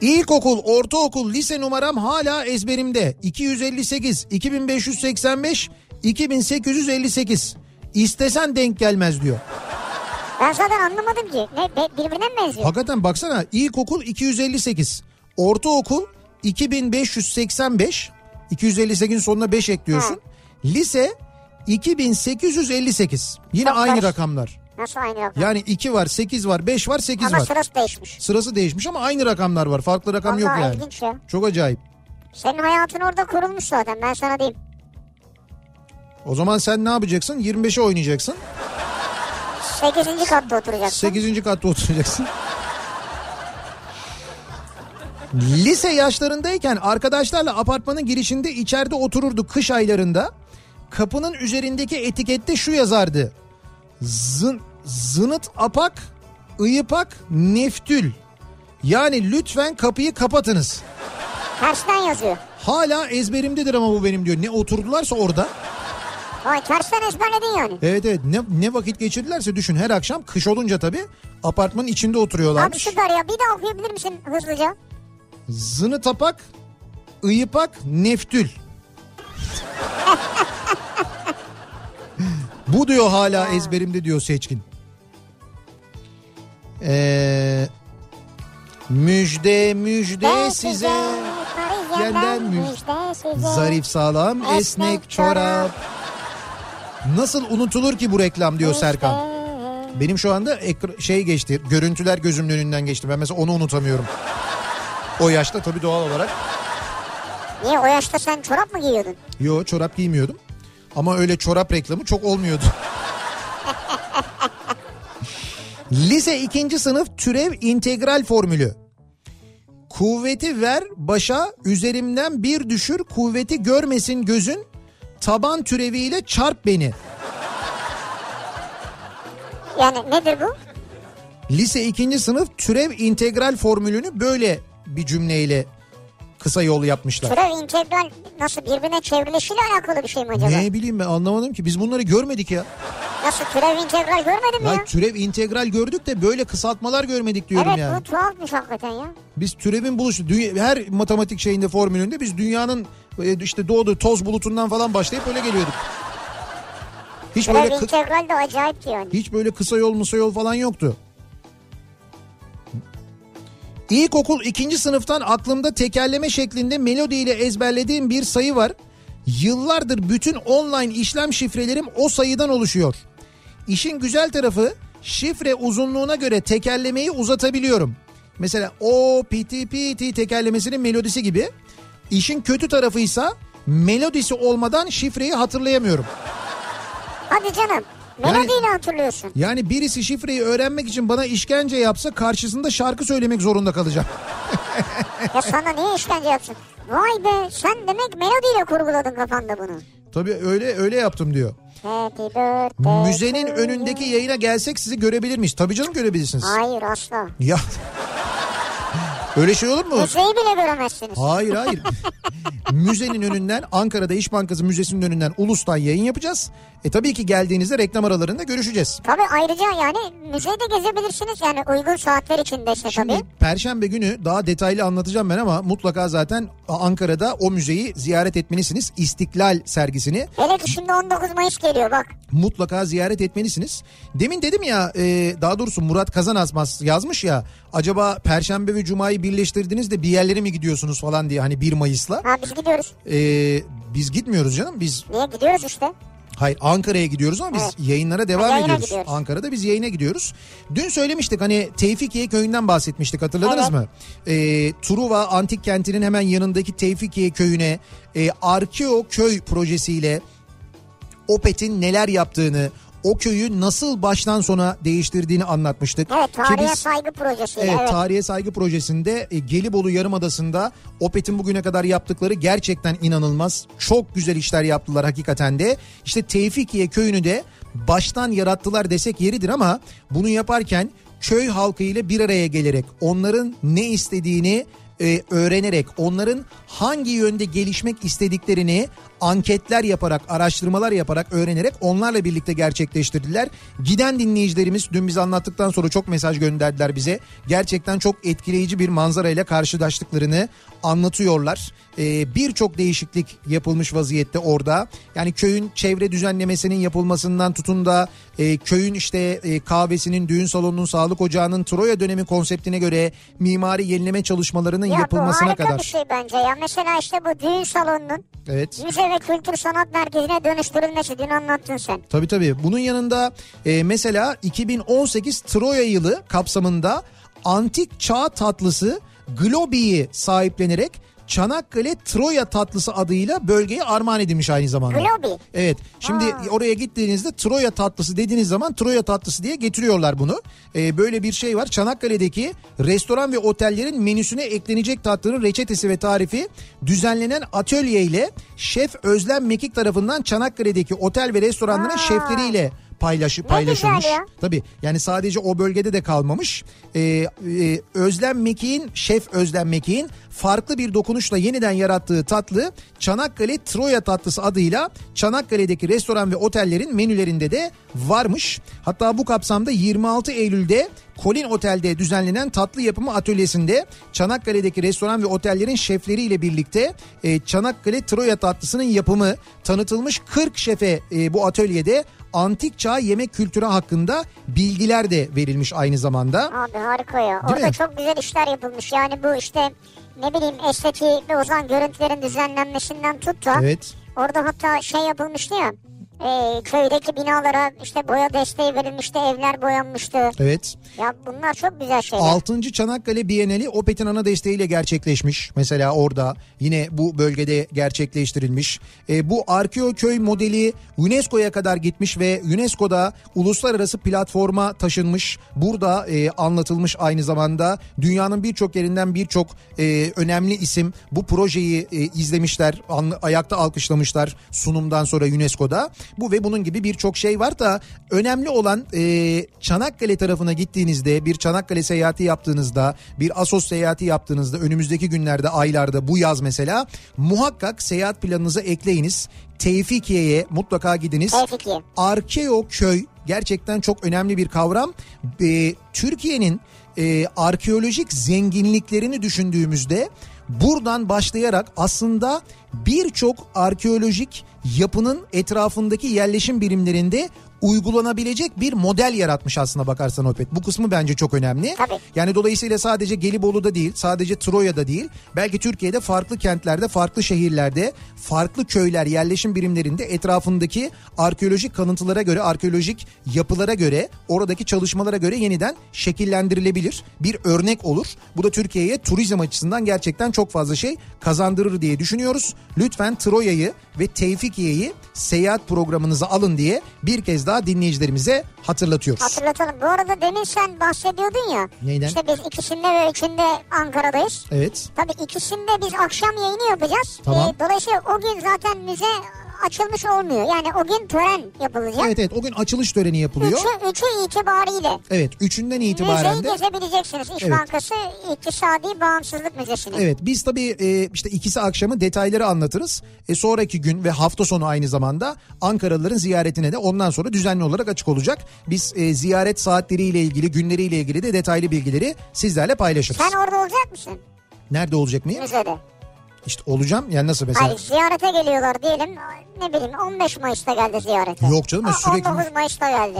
İlkokul, ortaokul, lise numaram hala ezberimde. 258, 2585, 2858. İstesen denk gelmez diyor. Ben zaten anlamadım ki. Ne, be- birbirine mi benziyor? Hakikaten baksana ilkokul 258, ortaokul 2585, 258'in sonuna 5 ekliyorsun. Hı. Lise 2858. Yine Çok aynı var. rakamlar. Nasıl aynı rakam? Yani 2 var, 8 var, 5 var, 8 Ama var. sırası değişmiş. Sırası değişmiş ama aynı rakamlar var. Farklı rakam yok Vallahi yani. ilginç ya. Çok acayip. Senin hayatın orada kurulmuş zaten ben sana diyeyim. O zaman sen ne yapacaksın? 25'e oynayacaksın. 8. katta oturacaksın. 8. katta oturacaksın. Lise yaşlarındayken arkadaşlarla apartmanın girişinde içeride otururduk kış aylarında. Kapının üzerindeki etikette şu yazardı. Zın, zınıt apak, ıyıpak, neftül. Yani lütfen kapıyı kapatınız. Tersten yazıyor. Hala ezberimdedir ama bu benim diyor. Ne oturdularsa orada. Vay tersten ezberledin yani. Evet evet ne, ne vakit geçirdilerse düşün her akşam kış olunca tabii apartmanın içinde Abi oturuyorlarmış. süper ya bir daha okuyabilir misin hızlıca? Zını tapak, ıyıpak, neftül. Bu diyor hala ezberimde diyor Seçkin. Ee, müjde müjde Ben size Paris'ten Yeniden müj- müjde size. zarif sağlam Esnek esnek çorap. çorap. Nasıl unutulur ki bu reklam diyor Müjde. Serkan. Benim şu anda ekra- şey geçti görüntüler gözümün önünden geçti ben mesela onu unutamıyorum. O yaşta tabii doğal olarak. Niye o yaşta sen çorap mı giyiyordun? Yo çorap giymiyordum. Ama öyle çorap reklamı çok olmuyordu. Lise 2. sınıf türev integral formülü. Kuvveti ver başa üzerimden bir düşür kuvveti görmesin gözün taban türeviyle çarp beni. Yani nedir bu? Lise 2. sınıf türev integral formülünü böyle bir cümleyle kısa yol yapmışlar. Türev integral nasıl birbirine çevrilişiyle alakalı bir şey mi acaba? Ne bileyim ben anlamadım ki biz bunları görmedik ya. Nasıl türev integral görmedin mi Ya ya? türev integral gördük de böyle kısaltmalar görmedik diyorum Evet yani. bu tuhafmış hakikaten ya. Biz türevin buluşu dünya- her matematik şeyinde formülünde biz dünyanın e, işte doğduğu toz bulutundan falan başlayıp öyle geliyorduk. Hiç Türev böyle kı- integral de acayip yani. hiç böyle kısa yol musa yol falan yoktu. İlkokul ikinci sınıftan aklımda tekerleme şeklinde melodiyle ezberlediğim bir sayı var. Yıllardır bütün online işlem şifrelerim o sayıdan oluşuyor. İşin güzel tarafı şifre uzunluğuna göre tekerlemeyi uzatabiliyorum. Mesela o piti piti tekerlemesinin melodisi gibi. İşin kötü tarafıysa melodisi olmadan şifreyi hatırlayamıyorum. Hadi canım. Melodiyle hatırlıyorsun. Yani birisi şifreyi öğrenmek için bana işkence yapsa karşısında şarkı söylemek zorunda kalacağım. Ya sana niye işkence yapsın? Vay be sen demek melodiyle kurguladın kafanda bunu. Tabii öyle öyle yaptım diyor. Happy birthday. Müzenin to önündeki you. yayına gelsek sizi görebilir miyiz? Tabii canım görebilirsiniz. Hayır asla. Ya öyle şey olur mu? Müzeyi bile göremezsiniz. Hayır hayır. Müzenin önünden Ankara'da İş Bankası Müzesi'nin önünden Ulus'tan yayın yapacağız. E tabii ki geldiğinizde reklam aralarında görüşeceğiz. Tabii ayrıca yani müzeyi de gezebilirsiniz yani uygun saatler içinde işte Şimdi E tabii. Perşembe günü daha detaylı anlatacağım ben ama mutlaka zaten Ankara'da o müzeyi ziyaret etmelisiniz. İstiklal sergisini. Hele ki şimdi 19 Mayıs geliyor bak. mutlaka ziyaret etmelisiniz. Demin dedim ya e, daha doğrusu Murat Kazan Asmaz yazmış ya acaba Perşembe ve Cuma'yı birleştirdiniz de bir yerlere mi gidiyorsunuz falan diye hani 1 Mayıs'la. Ha biz gidiyoruz. E, biz gitmiyoruz canım biz Niye gidiyoruz işte. hayır Ankara'ya gidiyoruz ama biz yayınlara devam Ha, yayına ediyoruz. gidiyoruz. Ankara'da biz yayına gidiyoruz. Dün söylemiştik hani Tevfikiye köyünden bahsetmiştik hatırladınız Evet. mı? E, Truva Antik Kenti'nin hemen yanındaki Tevfikiye köyüne e, Arkeo köy projesiyle OPET'in neler yaptığını, o köyü nasıl baştan sona değiştirdiğini anlatmıştık. Evet Ki tarihe biz- saygı projesiyle Evet, evet. tarihe saygı projesinde e, Gelibolu Yarımadası'nda OPET'in bugüne kadar yaptıkları gerçekten inanılmaz. Çok güzel işler yaptılar hakikaten de. İşte Tevfikiye köyünü de baştan yarattılar desek yeridir ama bunu yaparken köy halkı ile bir araya gelerek onların ne istediğini e, öğrenerek onların hangi yönde gelişmek istediklerini anketler yaparak, araştırmalar yaparak, öğrenerek onlarla birlikte gerçekleştirdiler. Giden dinleyicilerimiz dün biz anlattıktan sonra çok mesaj gönderdiler bize. Gerçekten çok etkileyici bir manzarayla karşılaştıklarını anlatıyorlar. Ee, Birçok değişiklik yapılmış vaziyette orada. Yani köyün çevre düzenlemesinin yapılmasından tutun da e, köyün işte e, kahvesinin, düğün salonunun, sağlık ocağının Troya dönemi konseptine göre mimari yenileme çalışmalarının Ya bu yapılmasına harika kadar. bir şey bence ya. Mesela işte bu düğün salonunun Evet. müze ve kültür sanat merkezine dönüştürülmesi dün anlattın sen. Tabii tabii. Bunun yanında e, mesela 2018 Troya yılı kapsamında antik çağ tatlısı Globi'yi sahiplenerek Çanakkale Troya tatlısı adıyla bölgeye armağan edilmiş aynı zamanda. Globi. Evet. Şimdi oraya gittiğinizde Troya tatlısı dediğiniz zaman Troya tatlısı diye getiriyorlar bunu. E, böyle bir şey var. Çanakkale'deki restoran ve otellerin menüsüne eklenecek tatlının reçetesi ve tarifi düzenlenen atölye ile şef Özlem Mekik tarafından Çanakkale'deki otel ve restoranların şefleriyle paylaşı, paylaşılmış. güzel ya. Tabii yani sadece o bölgede de kalmamış. Ee, e, Özlem Mekik'in, Şef Özlem Mekik'in farklı bir dokunuşla yeniden yarattığı tatlı Çanakkale Troya tatlısı adıyla Çanakkale'deki restoran ve otellerin menülerinde de varmış. Hatta bu kapsamda 26 Eylül'de Kolin Otel'de düzenlenen tatlı yapımı atölyesinde Çanakkale'deki restoran ve otellerin şefleriyle birlikte e, Çanakkale Troya tatlısının yapımı tanıtılmış 40 şefe e, bu atölyede antik çağ yemek kültürü hakkında bilgiler de verilmiş aynı zamanda. Abi harika ya. Değil Orada mi? çok güzel işler yapılmış. Yani bu işte ne bileyim estetiği ve uzan görüntülerin düzenlenmesinden tut da. Evet. Orada hatta şey yapılmıştı ya. e, köydeki binalara işte boya desteği verilmişti. Evler boyanmıştı. Evet. Ya bunlar çok güzel şeyler. 6. Çanakkale Bienali Opet'in ana desteğiyle gerçekleşmiş. Mesela orada yine bu bölgede gerçekleştirilmiş. E, bu Arkeo köy modeli UNESCO'ya kadar gitmiş ve UNESCO'da uluslararası platforma taşınmış. Burada e, anlatılmış aynı zamanda dünyanın birçok yerinden birçok e, önemli isim bu projeyi e, izlemişler, anla- ayakta alkışlamışlar sunumdan sonra UNESCO'da. Bu ve bunun gibi birçok şey var da önemli olan e, Çanakkale tarafına gittiğinizde bir Çanakkale seyahati yaptığınızda bir Asos seyahati yaptığınızda önümüzdeki günlerde aylarda bu yaz mesela muhakkak seyahat planınıza ekleyiniz. Tevfikiye'ye mutlaka gidiniz. Tevfikiye. Arkeo köy gerçekten çok önemli bir kavram. Ee, Türkiye'nin e, arkeolojik zenginliklerini düşündüğümüzde buradan başlayarak aslında birçok arkeolojik yapının etrafındaki yerleşim birimlerinde uygulanabilecek bir model yaratmış aslında bakarsan Opet. Bu kısmı bence çok önemli. Tabii. Yani dolayısıyla sadece Gelibolu'da değil, sadece Troya'da değil, belki Türkiye'de farklı kentlerde, farklı şehirlerde, farklı köyler, yerleşim birimlerinde etrafındaki arkeolojik kanıtlara göre, arkeolojik yapılara göre, oradaki çalışmalara göre yeniden şekillendirilebilir. Bir örnek olur. Bu da Türkiye'ye turizm açısından gerçekten çok fazla şey kazandırır diye düşünüyoruz. Lütfen Troya'yı ve Tevfikiye'yi seyahat programınıza alın diye bir kez daha dinleyicilerimize hatırlatıyoruz. Hatırlatalım. Bu arada demin sen bahsediyordun ya. Neyden? İşte biz ikisinde ve üçünde Ankara'dayız. evet. Tabii ikisinde biz akşam yayını yapacağız. Tamam. Ee, dolayısıyla o gün zaten müze açılmış olmuyor. Yani o gün tören yapılacak. Evet evet o gün açılış töreni yapılıyor. Üçü, üçü itibariyle. Evet üçünden itibaren Müzeyi de. gezebileceksiniz. İş Evet. Bankası İktisadi Bağımsızlık Müzesi'ni. Evet biz tabii e, işte ikisi akşamı detayları anlatırız. E, sonraki gün ve hafta sonu aynı zamanda Ankaralıların ziyaretine de ondan sonra düzenli olarak açık olacak. Biz e, ziyaret saatleriyle ilgili günleriyle ilgili de detaylı bilgileri sizlerle paylaşırız. Sen orada olacak mısın Nerede olacak mıyım? müzede? İşte olacağım yani nasıl mesela? Hayır ziyarete geliyorlar diyelim. Ne bileyim 15 Mayıs'ta geldi ziyarete. Yok canım, ben Aa, sürekli- 19 Mayıs'ta geldi.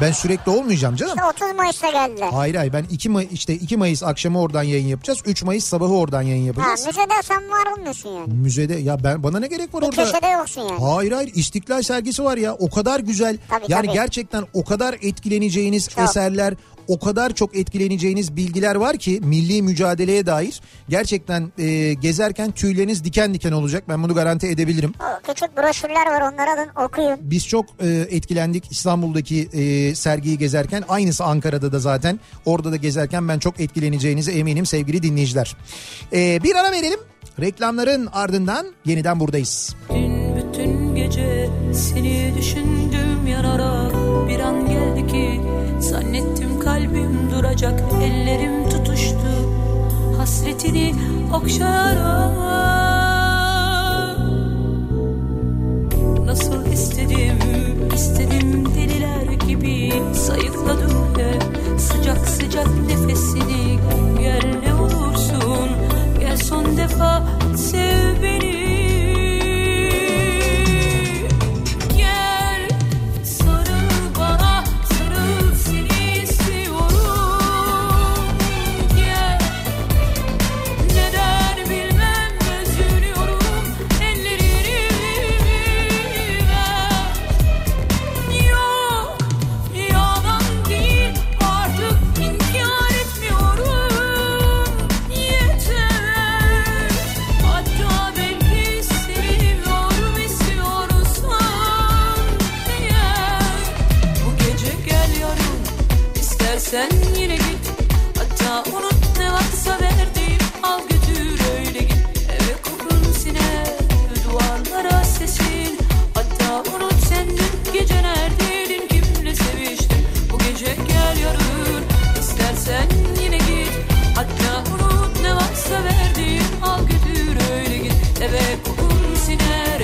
Ben sürekli olmayacağım canım. İşte 30 Mayıs'ta geldiler. Hayır hayır ben 2 May işte 2 Mayıs akşamı oradan yayın yapacağız. 3 Mayıs sabahı oradan yayın Ha, yapacağız. müzede sen var olmuyorsun yani. Müzede ya ben bana ne gerek var Bir orada? köşede yoksun yani. Hayır hayır İstiklal sergisi var ya o kadar güzel Tabii, yani tabii. gerçekten o kadar etkileneceğiniz eserler o kadar çok etkileneceğiniz bilgiler var ki milli mücadeleye dair gerçekten e, gezerken tüyleriniz diken diken olacak ben bunu garanti edebilirim. O küçük broşürler var onları alın okuyun. Biz çok e, etkilendik İstanbul'daki e, sergiyi gezerken aynısı Ankara'da da zaten orada da gezerken ben çok etkileneceğinize eminim sevgili dinleyiciler. E, bir ara verelim reklamların ardından yeniden buradayız. Dün bütün gece seni düşündüm yanarak Bir an geldi ki zannettim kalbim duracak Ellerim tutuştu hasretini okşayarak sev beni Gel sarıl bana sarıl seni istiyorum Gel neden bilmem üzülüyorum ellerini ver Yok yalan değil artık inkar etmiyorum yeter Hatta belki seviyorum istiyorsan eğer Bu gece gel yarın istersen yine git Hatta unut ne varsa verdiğim al götür öyle git Eve kokun siner duvarlara sesin Hatta unut sen dün gece neredeydin kimle seviştin Bu gece gel yarın istersen yine git Hatta unut ne varsa verdiğim al götür öyle git Eve kokun siner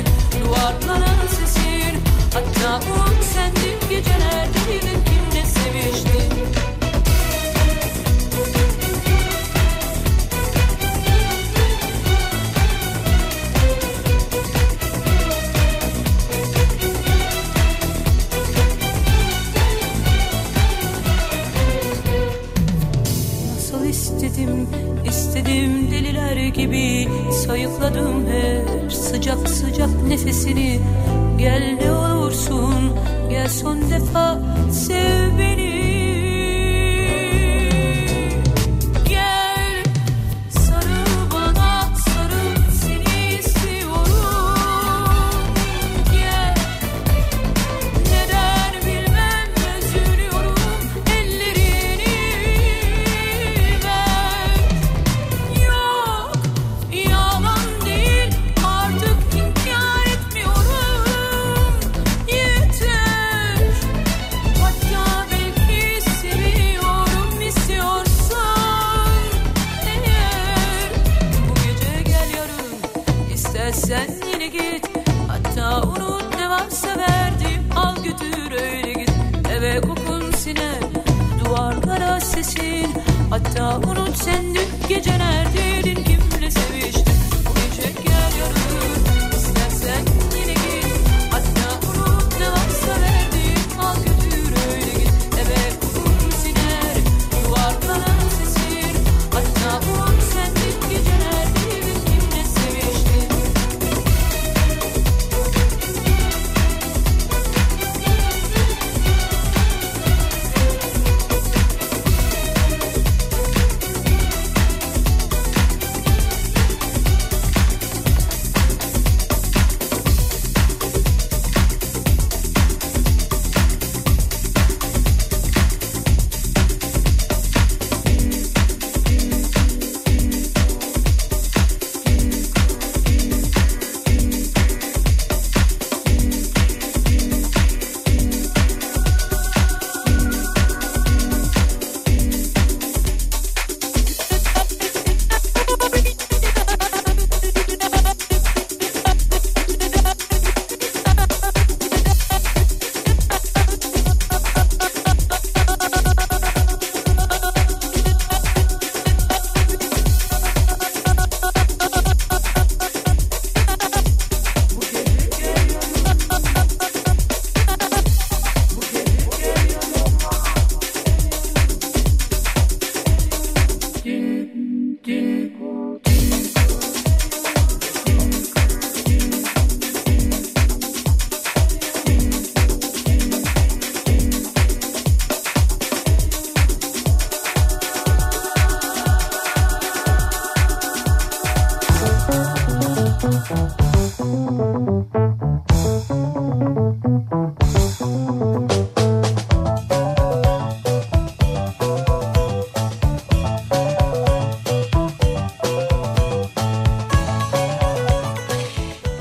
duvarlara sesin Hatta unut sen dün gece neredeydin kimle seviştin Nasıl istedim, istedim deliler gibi Sayıkladım hep sıcak sıcak nefesini Gel ne olursun, gel son defa sev beni Gel sarıl bana, sarıl seni istiyorum Gel neden bilmem üzülüyorum ellerini ver Yok yalan değil artık inkar etmiyorum yeter Hatta belki seviyorum istiyorsan eğer Bu gece gel yarın İstersen yine git Hatta unut ne varsa verdim Al götür öyle git Eve kokun siner Duvarlara sesin Hatta unut sen dün gece neredeydin Kimle seviştin Bu gece gel yarın İstersen yine git Hatta unut ne varsa verdim Al götür öyle git Eve kokun siner Duvarlara sesin Hatta unut sen dün gece neredeydin Kimle seviştin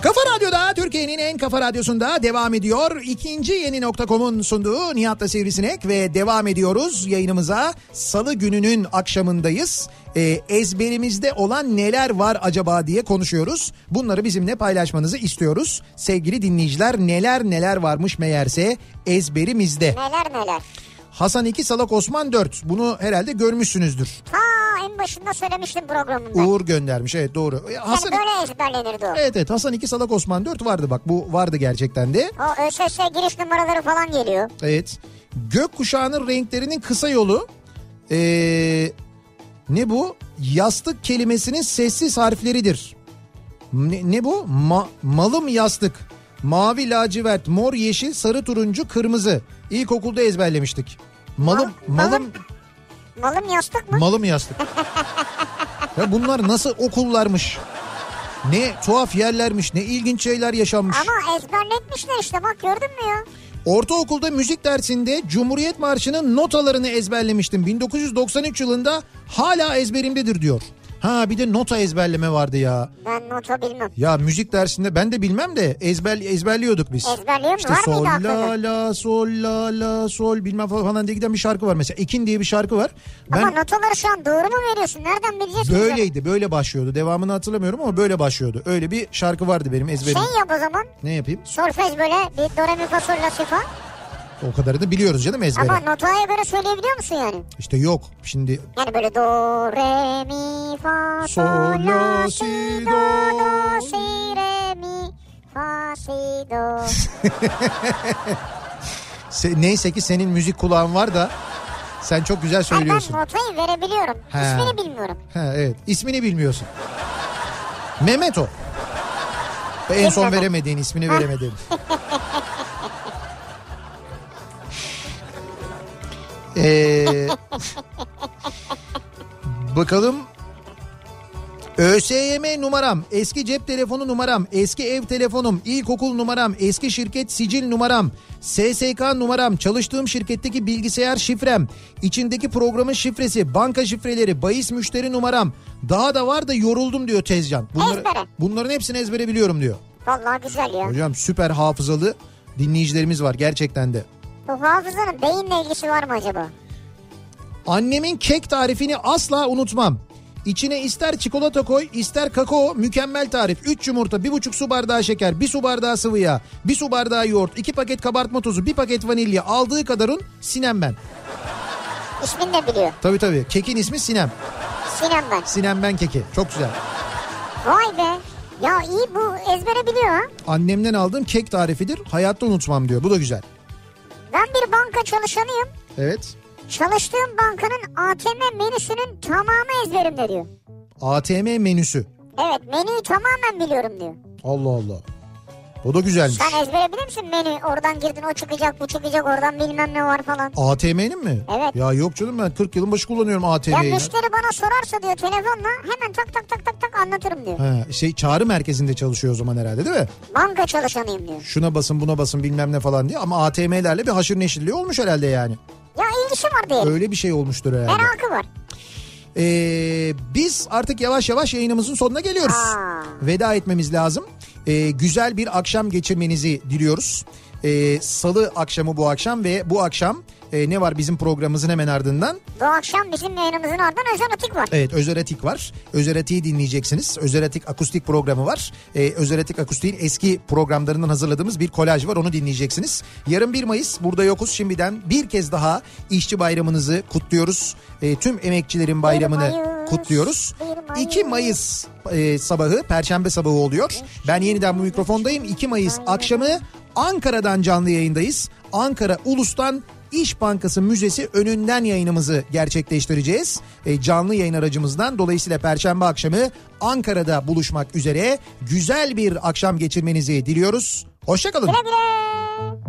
Kafa Radyo'da Türkiye'nin en kafa radyosunda devam ediyor. İkinci yeni nokta.com'un sunduğu Nihat'la Sivrisinek ve devam ediyoruz yayınımıza. Salı gününün akşamındayız. Ee, ezberimizde olan neler var acaba diye konuşuyoruz. Bunları bizimle paylaşmanızı istiyoruz. Sevgili dinleyiciler neler neler varmış meğerse ezberimizde. Neler neler. Hasan 2 Salak Osman 4 bunu herhalde görmüşsünüzdür. Ha en başında söylemiştim programında. Uğur göndermiş evet doğru. E, yani Hasan, böyle ezberlenirdi o. evet evet Hasan 2 Salak Osman 4 vardı bak bu vardı gerçekten de. O ÖSS giriş numaraları falan geliyor. Evet. Gökkuşağının renklerinin kısa yolu. Ee, ne bu? Yastık kelimesinin sessiz harfleridir. Ne, ne bu? Ma- malım yastık. Mavi, lacivert, mor, yeşil, sarı, turuncu, kırmızı. İlkokulda ezberlemiştik. Malım, Mal- malım, Malım yastık mı? malım yastık. ya bunlar nasıl okullarmış? Ne tuhaf yerlermiş, ne ilginç şeyler yaşanmış. Ama ezberletmişler işte bak gördün mü ya? Ortaokulda müzik dersinde Cumhuriyet Marşı'nın notalarını ezberlemiştim. 1993 yılında hala ezberimdedir diyor. Ha bir de nota ezberleme vardı ya. Ben nota bilmem. Ya müzik dersinde ben de bilmem de ezber ezberliyorduk biz. Ezberliyor mu? İşte Var mıydı sol la aklında? la sol la la sol bilmem falan falan diye giden bir şarkı var mesela. Ekin diye bir şarkı var. Ama Ben notaları şu an doğru mu veriyorsun? Nereden bileceksin? Şey bize? böyleydi böyle başlıyordu. Devamını hatırlamıyorum ama böyle başlıyordu. Öyle bir şarkı vardı benim ezberim. Şey yap o zaman. Ne yapayım? Solfej böyle bir do re mi fa sol la si fa. O kadarını biliyoruz canım ezbere. Ama notaya göre söyleyebiliyor musun yani? İşte yok. Şimdi Yani böyle do re mi fa sol Sol, la la, si si, do do do. si re mi fa si do. Se- neyse ki senin müzik kulağın var da sen çok güzel Hayır, ben söylüyorsun. notayı verebiliyorum. He. İsmini bilmiyorum. Ha, evet. İsmini bilmiyorsun. Mehmet o. En son Bilmiyorum. veremediğin ismini veremediğin. Ee, bakalım. ÖSYM numaram, eski cep telefonu numaram, eski ev telefonum, ilkokul numaram, eski şirket sicil numaram, SSK numaram, çalıştığım şirketteki bilgisayar şifrem, içindeki programın şifresi, banka şifreleri, bahis müşteri numaram. Daha da var da yoruldum diyor Tezcan. Bunları- Ezbere. bunların hepsini ezbere biliyorum diyor. Vallahi güzel ya. Hocam süper hafızalı dinleyicilerimiz var gerçekten de. Bu hafızanın beyinle ilgisi var mı acaba? Annemin kek tarifini asla unutmam. İçine ister çikolata koy ister kakao mükemmel tarif. 3 yumurta 1,5 su bardağı şeker 1 su bardağı sıvı yağ 1 su bardağı yoğurt 2 paket kabartma tozu 1 paket vanilya aldığı kadarın Sinem ben. İsmini de biliyor. Tabii tabii kekin ismi Sinem. Sinem ben. Sinem ben keki çok güzel. Vay be. Ya iyi bu ezbere biliyor ha. Annemden aldığım kek tarifidir hayatta unutmam diyor bu da güzel. Ben bir banka çalışanıyım. Evet Çalıştığım bankanın ATM menüsünün tamamı ezberimde diyor. ATM menüsü Evet menüyü tamamen biliyorum diyor. Allah Allah. O da güzelmiş. Sen ezbere bilir misin menü? Oradan girdin o çıkacak bu çıkacak oradan bilmem ne var falan. ATM'nin mi? Evet. Ya yok canım ben 40 yılın başı kullanıyorum Ya ATM'yi. müşteri bana sorarsa diyor telefonla hemen tak tak tak tak tak anlatırım diyor. Ha, şey çağrı merkezinde çalışıyor o zaman herhalde değil mi? Banka çalışanıyım diyor. Şuna basın buna basın bilmem ne falan diye ama ATM'lerle bir haşır neşirliği olmuş herhalde yani. Ya ilgisi var diyelim. Öyle bir şey olmuştur herhalde. Merakı var. Ee, biz artık yavaş yavaş yayınımızın sonuna geliyoruz. Aa. Veda etmemiz lazım. Ee, güzel bir akşam geçirmenizi diliyoruz. Ee, Salı akşamı bu akşam ve bu akşam e, ne var bizim programımızın hemen ardından? Bu akşam bizim yayınımızın ardından özel atık var. Evet Özeratik var. Özeratik'i dinleyeceksiniz. Özeratik akustik programı var. Ee, Özeratik akustiğin eski programlarından hazırladığımız bir kolaj var. Onu dinleyeceksiniz. Yarın 1 Mayıs burada yokuz. Şimdiden bir kez daha işçi bayramınızı kutluyoruz. Ee, tüm emekçilerin bayramını Mayıs, kutluyoruz. bir Mayıs. 2 Mayıs e, sabahı perşembe sabahı oluyor. Ben yeniden bu mikrofondayım. 2 Mayıs akşamı Ankara'dan canlı yayındayız. Ankara Ulus'tan İş Bankası Müzesi önünden yayınımızı gerçekleştireceğiz. E, canlı yayın aracımızdan dolayısıyla perşembe akşamı Ankara'da buluşmak üzere güzel bir akşam geçirmenizi diliyoruz. Hoşçakalın. Güle güle.